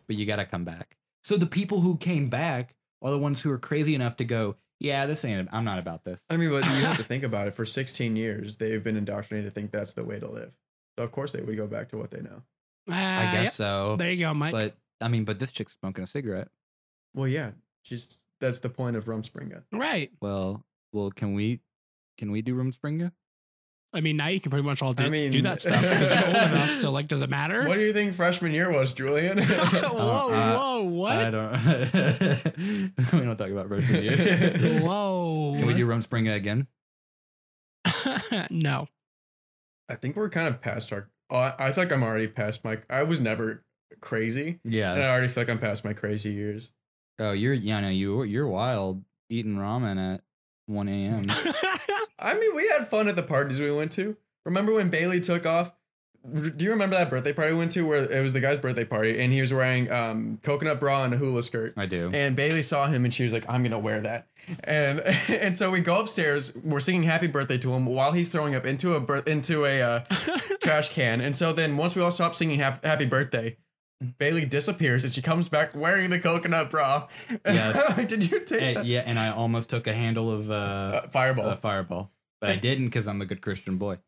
S4: but you gotta come back. So the people who came back are the ones who are crazy enough to go, yeah, this ain't. I'm not about this.
S2: I mean, but you have to think about it. For 16 years, they've been indoctrinated to think that's the way to live. So of course they would go back to what they know.
S4: I
S3: Ah,
S4: guess
S3: yep.
S4: so.
S3: There you go, Mike.
S4: But I mean, but this chick's smoking a cigarette.
S2: Well, yeah, she's that's the point of Rumspringa.
S3: right.
S4: Well, well, can we, can we do Rumspringa?
S3: I mean, now you can pretty much all do,
S2: I mean-
S3: do that stuff because you're old enough. So, like, does it matter?
S2: What do you think freshman year was, Julian?
S3: whoa,
S4: uh,
S3: whoa,
S4: I
S3: what?
S4: don't. we don't talk about freshman year.
S3: Whoa.
S4: can we do Rumspringa again?
S3: no.
S2: I think we're kind of past our. Oh, I, I feel like I'm already past my. I was never crazy, and
S4: Yeah.
S2: I already feel like I'm past my crazy years.
S4: Oh, you're yeah, no, you you're wild eating ramen at 1 a.m.
S2: I mean, we had fun at the parties we went to. Remember when Bailey took off? Do you remember that birthday party we went to where it was the guy's birthday party and he was wearing um, coconut bra and a hula skirt?
S4: I do.
S2: And Bailey saw him and she was like, I'm gonna wear that. And and so we go upstairs, we're singing happy birthday to him while he's throwing up into a bir- into a uh, trash can. And so then once we all stop singing hap- happy birthday, Bailey disappears and she comes back wearing the coconut bra.
S4: Yes.
S2: Did you take
S4: And-
S2: that?
S4: Eh, yeah, and I almost took a handle of uh,
S2: Uh, fireball.
S4: a fireball, but I didn't because I'm a good Christian boy.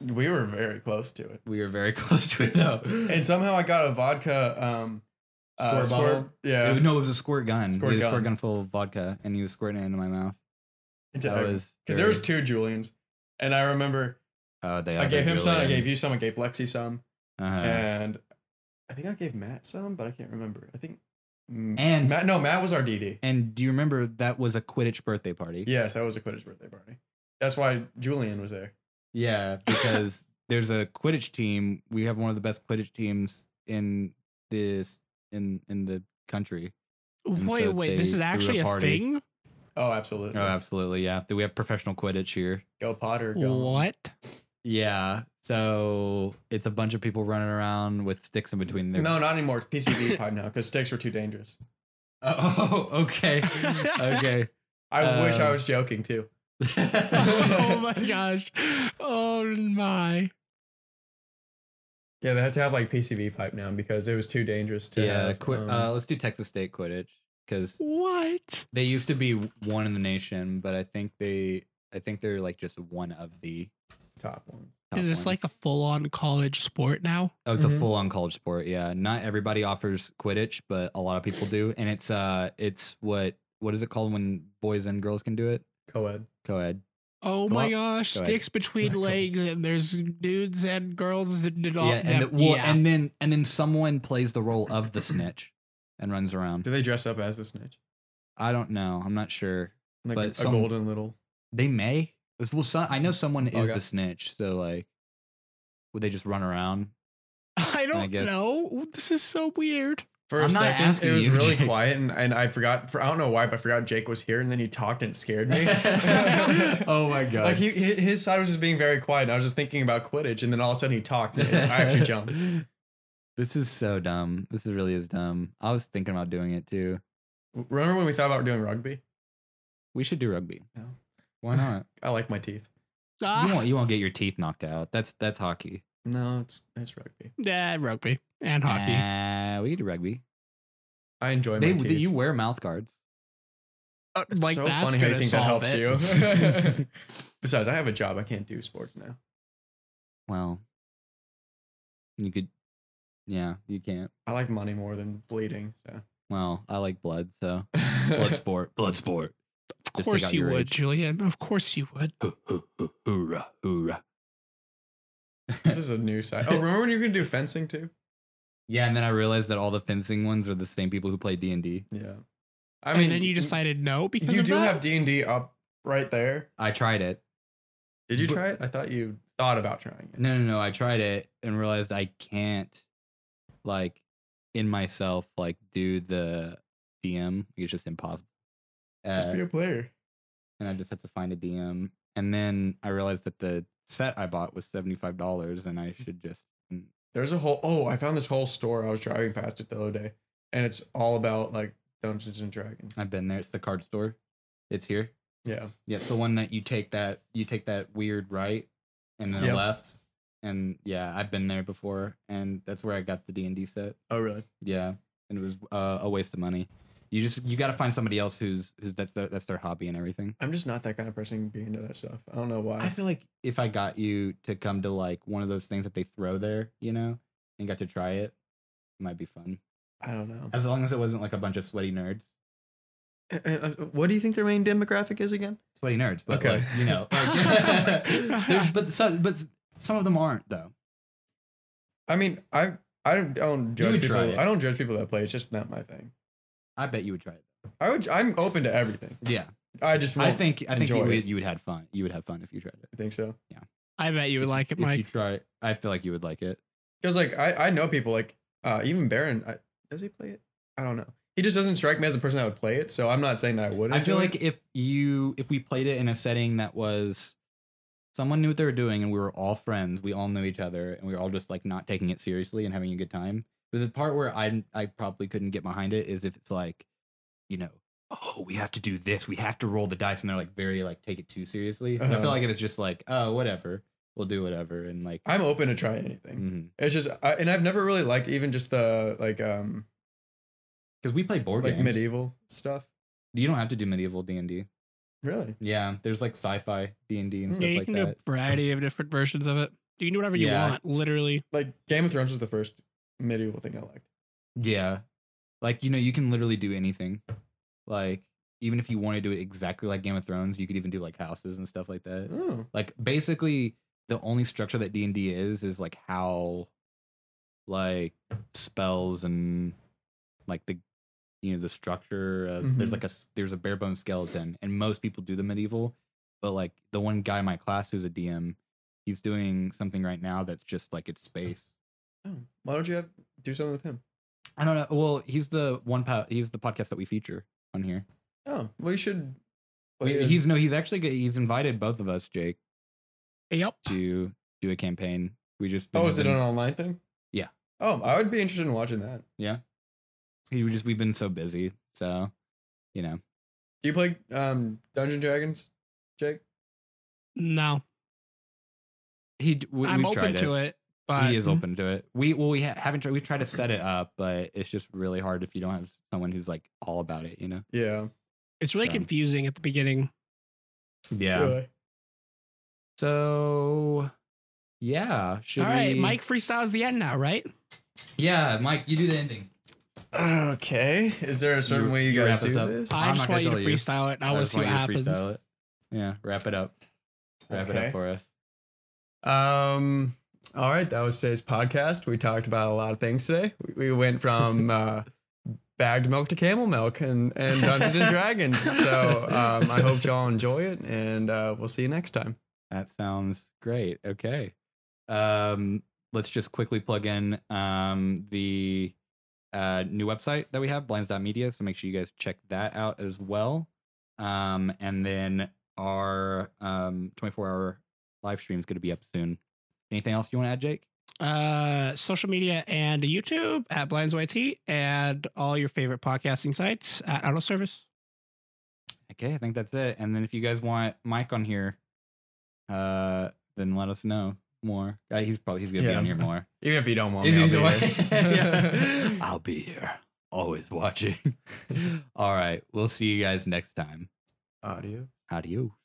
S2: we were very close to it.
S4: We were very close to it though.
S2: And somehow I got a vodka um uh,
S4: Squirt bottle?
S2: yeah.
S4: It was- no, it was a squirt gun.
S2: Squirt
S4: we had a squirt
S2: gun.
S4: gun full of vodka, and he was squirting it into my mouth.
S2: Into
S4: That
S2: every-
S4: was
S2: Cuz there was two
S4: very-
S2: Julians. And I remember
S4: Oh, they.
S2: I
S4: are
S2: gave
S4: the
S2: him some, I
S4: Julian.
S2: gave you some, I gave Lexi some.
S4: Uh-huh.
S2: and I think I gave Matt some, but I can't remember. I think mm,
S4: And-
S2: Matt, no, Matt was our DD.
S4: And do you remember that was a Quidditch birthday party?
S2: Yes, that was a Quidditch birthday party. That's why Julian was there.
S4: Yeah, because there's a Quidditch team. We have one of the best Quidditch teams in this in in the country. And
S3: wait,
S4: so
S3: wait.
S4: they
S3: This is
S4: threw a
S3: actually a,
S4: party.
S3: thing?
S2: Oh, absolutely.
S4: Oh, absolutely. Yeah. We have professional Quidditch here.
S2: Go Potter. Go.
S3: What?
S4: Yeah. So it's a bunch of people running around with sticks in between their.
S2: No, not anymore. It's PCB pod now because sticks were too dangerous.
S4: Oh, okay. okay.
S2: I wish I
S4: Um,
S2: was joking too.
S3: oh my gosh. Oh my.
S2: Yeah, they had to have like PCB pipe now because it was too dangerous to.
S4: yeah.
S2: have,
S4: Qui-
S2: um,
S4: uh, let's do Texas State Quidditch because
S3: What?
S4: they used to be one in the nation, but I think they, I think they're like just one of the.
S2: top ones.
S4: top
S3: Is this
S4: ones.
S3: like a full on college sport now?
S4: Oh, it's
S2: Mhm.
S4: a full on college sport. Yeah. Not everybody offers Quidditch, but a lot of people do. And it's uh it's what what is it called when boys and girls can do it?
S2: Co-ed.
S4: Co ed.
S3: Oh
S4: Go
S3: my
S4: up.
S3: gosh.
S4: Go ahead.
S3: Sticks between legs and there's dudes and girls and it all.
S4: yeah, and,
S3: that-
S4: the- well,
S3: yeah.
S4: and then and then someone plays the role of the snitch and runs around.
S2: Do they dress up as the snitch?
S4: I don't know. I'm not sure.
S2: Like
S4: But
S2: a,
S4: some-
S2: golden little.
S4: They may. Well, some, I know someone is
S2: Okay.
S4: the snitch, so like, would they just run around?
S3: I don't
S4: guess-
S3: know. This is so weird.
S2: For a
S4: I'm not
S2: second,
S4: asking
S2: it was
S4: you,
S2: really
S4: Jake.
S2: quiet, and, and I forgot. For, I don't know why, but I forgot Jake was here, and then he talked and it scared me.
S4: oh my god!
S2: Like he, hi- his side was just being very quiet. And I was just thinking about Quidditch, and then all of a sudden he talked. And I actually jumped.
S4: This is so dumb. This is really is dumb. I was thinking about doing it too.
S2: Remember when we thought about doing rugby?
S4: We should do rugby.
S2: No.
S4: Why not?
S2: I like my teeth.
S3: Ah,
S4: you won't. You won't get your teeth knocked out. That's that's hockey.
S2: No, it's it's rugby.
S3: yeah, rugby and hockey.
S4: Nah, we could do rugby.
S2: I enjoy
S4: They,
S2: my teeth.
S4: you wear mouth guards.
S3: Uh,
S2: It's
S3: like
S2: so
S3: that's
S2: funny how you
S3: gonna
S2: think that
S3: solve
S2: helps
S3: it.
S2: you. Besides, I have a job. I can't do sports now.
S4: Well, you could. Yeah, you can't.
S2: I like money more than bleeding. So
S4: Well, I like blood, so blood sport, blood sport.
S3: Of
S4: Just take
S3: course
S4: out
S3: you
S4: your
S3: would,
S4: age.
S3: Julian. Of course you would.
S4: Hoorah, hoorah.
S2: this is a new side. Oh, remember when you were gonna do fencing too?
S4: Yeah, and then I realized that all the fencing ones are the same people who play D and D.
S2: Yeah. I
S3: and then you decided no because
S2: you
S3: of
S2: do
S3: that?
S2: have D and D up right there.
S4: I tried it.
S2: Did you
S4: But-
S2: try it? I thought you thought about trying it.
S4: No, no, no. I tried it and realized I can't, like, in myself, like, do the DM. It's just impossible.
S2: Just
S4: Uh,
S2: be a player.
S4: and I just had to find a DM. And then I realized that the set I bought was seventy five dollars, and I
S2: Mm.
S4: should just
S2: There's a whole. Oh, I found this whole store. I was driving past it the other day, and it's all about like Dungeons and Dragons.
S4: I've been there. It's the card store. It's here.
S2: yeah.
S4: Yeah, it's the one that you take that you take that weird right and then a
S2: Yep.
S4: left. And yeah, I've been there before, and that's where I got the D and D set.
S2: Oh, really?
S4: Yeah, and it was uh, a waste of money. You just you got to find somebody else who's who's that's their, that's their hobby and everything.
S2: I'm just not that kind of person to be into that stuff. I don't know why.
S4: I feel like if I got you to come to like one of those things that they throw there, you know, and got to try it, it might be fun.
S2: I don't know.
S4: As long as it wasn't like a bunch of sweaty nerds.
S2: And- and, uh, what do you think their main demographic is again?
S4: Sweaty nerds, but
S2: Okay.
S4: like, you know, like, there's, but some but some of them aren't though.
S2: I mean, I I don't, I don't
S4: would
S2: judge people.
S4: try it.
S2: I don't judge people that play. It's just not my thing.
S4: I bet you would try it.
S2: I would. I'm open to everything.
S4: Yeah,
S2: I just. Won't
S4: I think I think you
S2: enjoy
S4: would
S2: it.
S4: you would had fun. You would have fun if you tried it.
S2: I think so.
S3: I bet you would like it,
S4: If you
S3: Mike.
S4: try it, I feel like you would like it.
S2: Because like I I know people like uh even Baron. I, does he play it? I don't know. He just doesn't strike me as a person that would play it. So I'm not saying that I wouldn't.
S4: I feel
S2: enjoy
S4: like
S2: it.
S4: if you if we played it in a setting that was someone knew what they were doing and we were all friends, we all knew each other, and we were all just like not taking it seriously and having a good time. But the part where I I probably couldn't get behind it is if it's like, you know, oh we have to do this, we have to roll the dice, and they're like very like take it too seriously. And I
S2: Uh-huh.
S4: feel like if it's just like oh whatever, we'll do whatever, and like
S2: I'm open to try anything.
S4: mhm.
S2: It's just I, and I've never really liked even just the like um
S4: Because we play board
S2: like
S4: games.
S2: medieval stuff.
S4: You don't have to do medieval D and D.
S2: Really?
S4: Yeah, there's like sci-fi D and D and
S2: Mm.
S4: stuff
S3: Yeah, you
S4: like
S3: can do
S4: that.
S3: a variety of different versions of it. You can do whatever you
S4: Yeah.
S3: want, literally.
S2: Like Game of Thrones was the first medieval thing I liked.
S4: Yeah, like you know, you can literally do anything. Like even if you want to do it exactly like Game of Thrones, you could even do like houses and stuff like that.
S2: Oh,
S4: Like basically, the only structure that D and D is is like how, like spells and like the you know the structure of
S2: Mhm.
S4: there's like a s- there's a bare bone skeleton and most people do the medieval but like the one guy in my class who's a dm he's doing something right now that's just like it's space
S2: oh. Why don't you have do something with him?
S4: i don't know well he's the one po- he's the podcast that we feature on here
S2: Oh, well, you should
S4: We-
S2: yeah.
S4: He's no, he's actually g- he's invited both of us, Jake,
S3: Yep.
S4: to do a campaign. We just
S2: Oh, is it an
S4: been-
S2: online thing?
S4: Yeah.
S2: Oh, I would be interested in watching that.
S4: he- we just we've been so busy, so you know.
S2: Do you play um Dungeon Dragons, Jake?
S3: No,
S4: He d- we,
S3: I'm
S4: we've
S3: open
S4: tried
S3: to it, but mm-hmm.
S4: he is open to it. We well we ha- haven't tried. We tried to set it up, but it's just really hard if you don't have someone who's like all about it. You know.
S2: Yeah.
S5: It's really
S4: So.
S5: confusing at the beginning.
S2: Really?
S4: So yeah, should
S5: All right,
S4: we-
S5: Mike freestyles the end now, right?
S4: Yeah, Mike, you do the ending.
S2: Okay. Is there a certain
S4: You-
S2: way you,
S4: you
S2: guys
S4: wrap us
S2: do
S4: up.
S2: this?
S4: I'm
S5: I
S4: not
S5: just
S4: gonna
S5: want you to
S4: tell you.
S5: freestyle it. and I
S4: I
S5: want to
S4: just
S5: see what
S4: want you to
S5: happens.
S4: freestyle it. Yeah, wrap it up. Wrap it
S2: Okay.
S4: up for us.
S2: Um. All right, that was today's podcast. We talked about a lot of things today. We, we went from uh, bagged milk to camel milk and and Dungeons and Dragons. So um, I hope y'all enjoy it, and uh, we'll see you next time.
S4: That sounds great. Okay. Um, let's just quickly plug in um, the uh, new website that we have, blinds.media. So make sure you guys check that out as well. Um, and then our um, 24 hour live stream is going to be up soon. Anything else you want to add, Jake?
S5: Uh, social media and YouTube at BlindsYT and all your favorite podcasting sites at Auto Service.
S4: Okay, I think that's it. And then if you guys want Mike on here, uh, then let us know more. Uh, he's probably he's gonna be
S2: Yeah.
S4: on here more.
S2: Even if you don't want
S4: If
S2: me, I'll
S4: you
S2: be
S4: don't-
S2: here.
S4: Yeah. I'll be here, always watching. All right, we'll see you guys next time.
S2: Audio.
S4: Adios.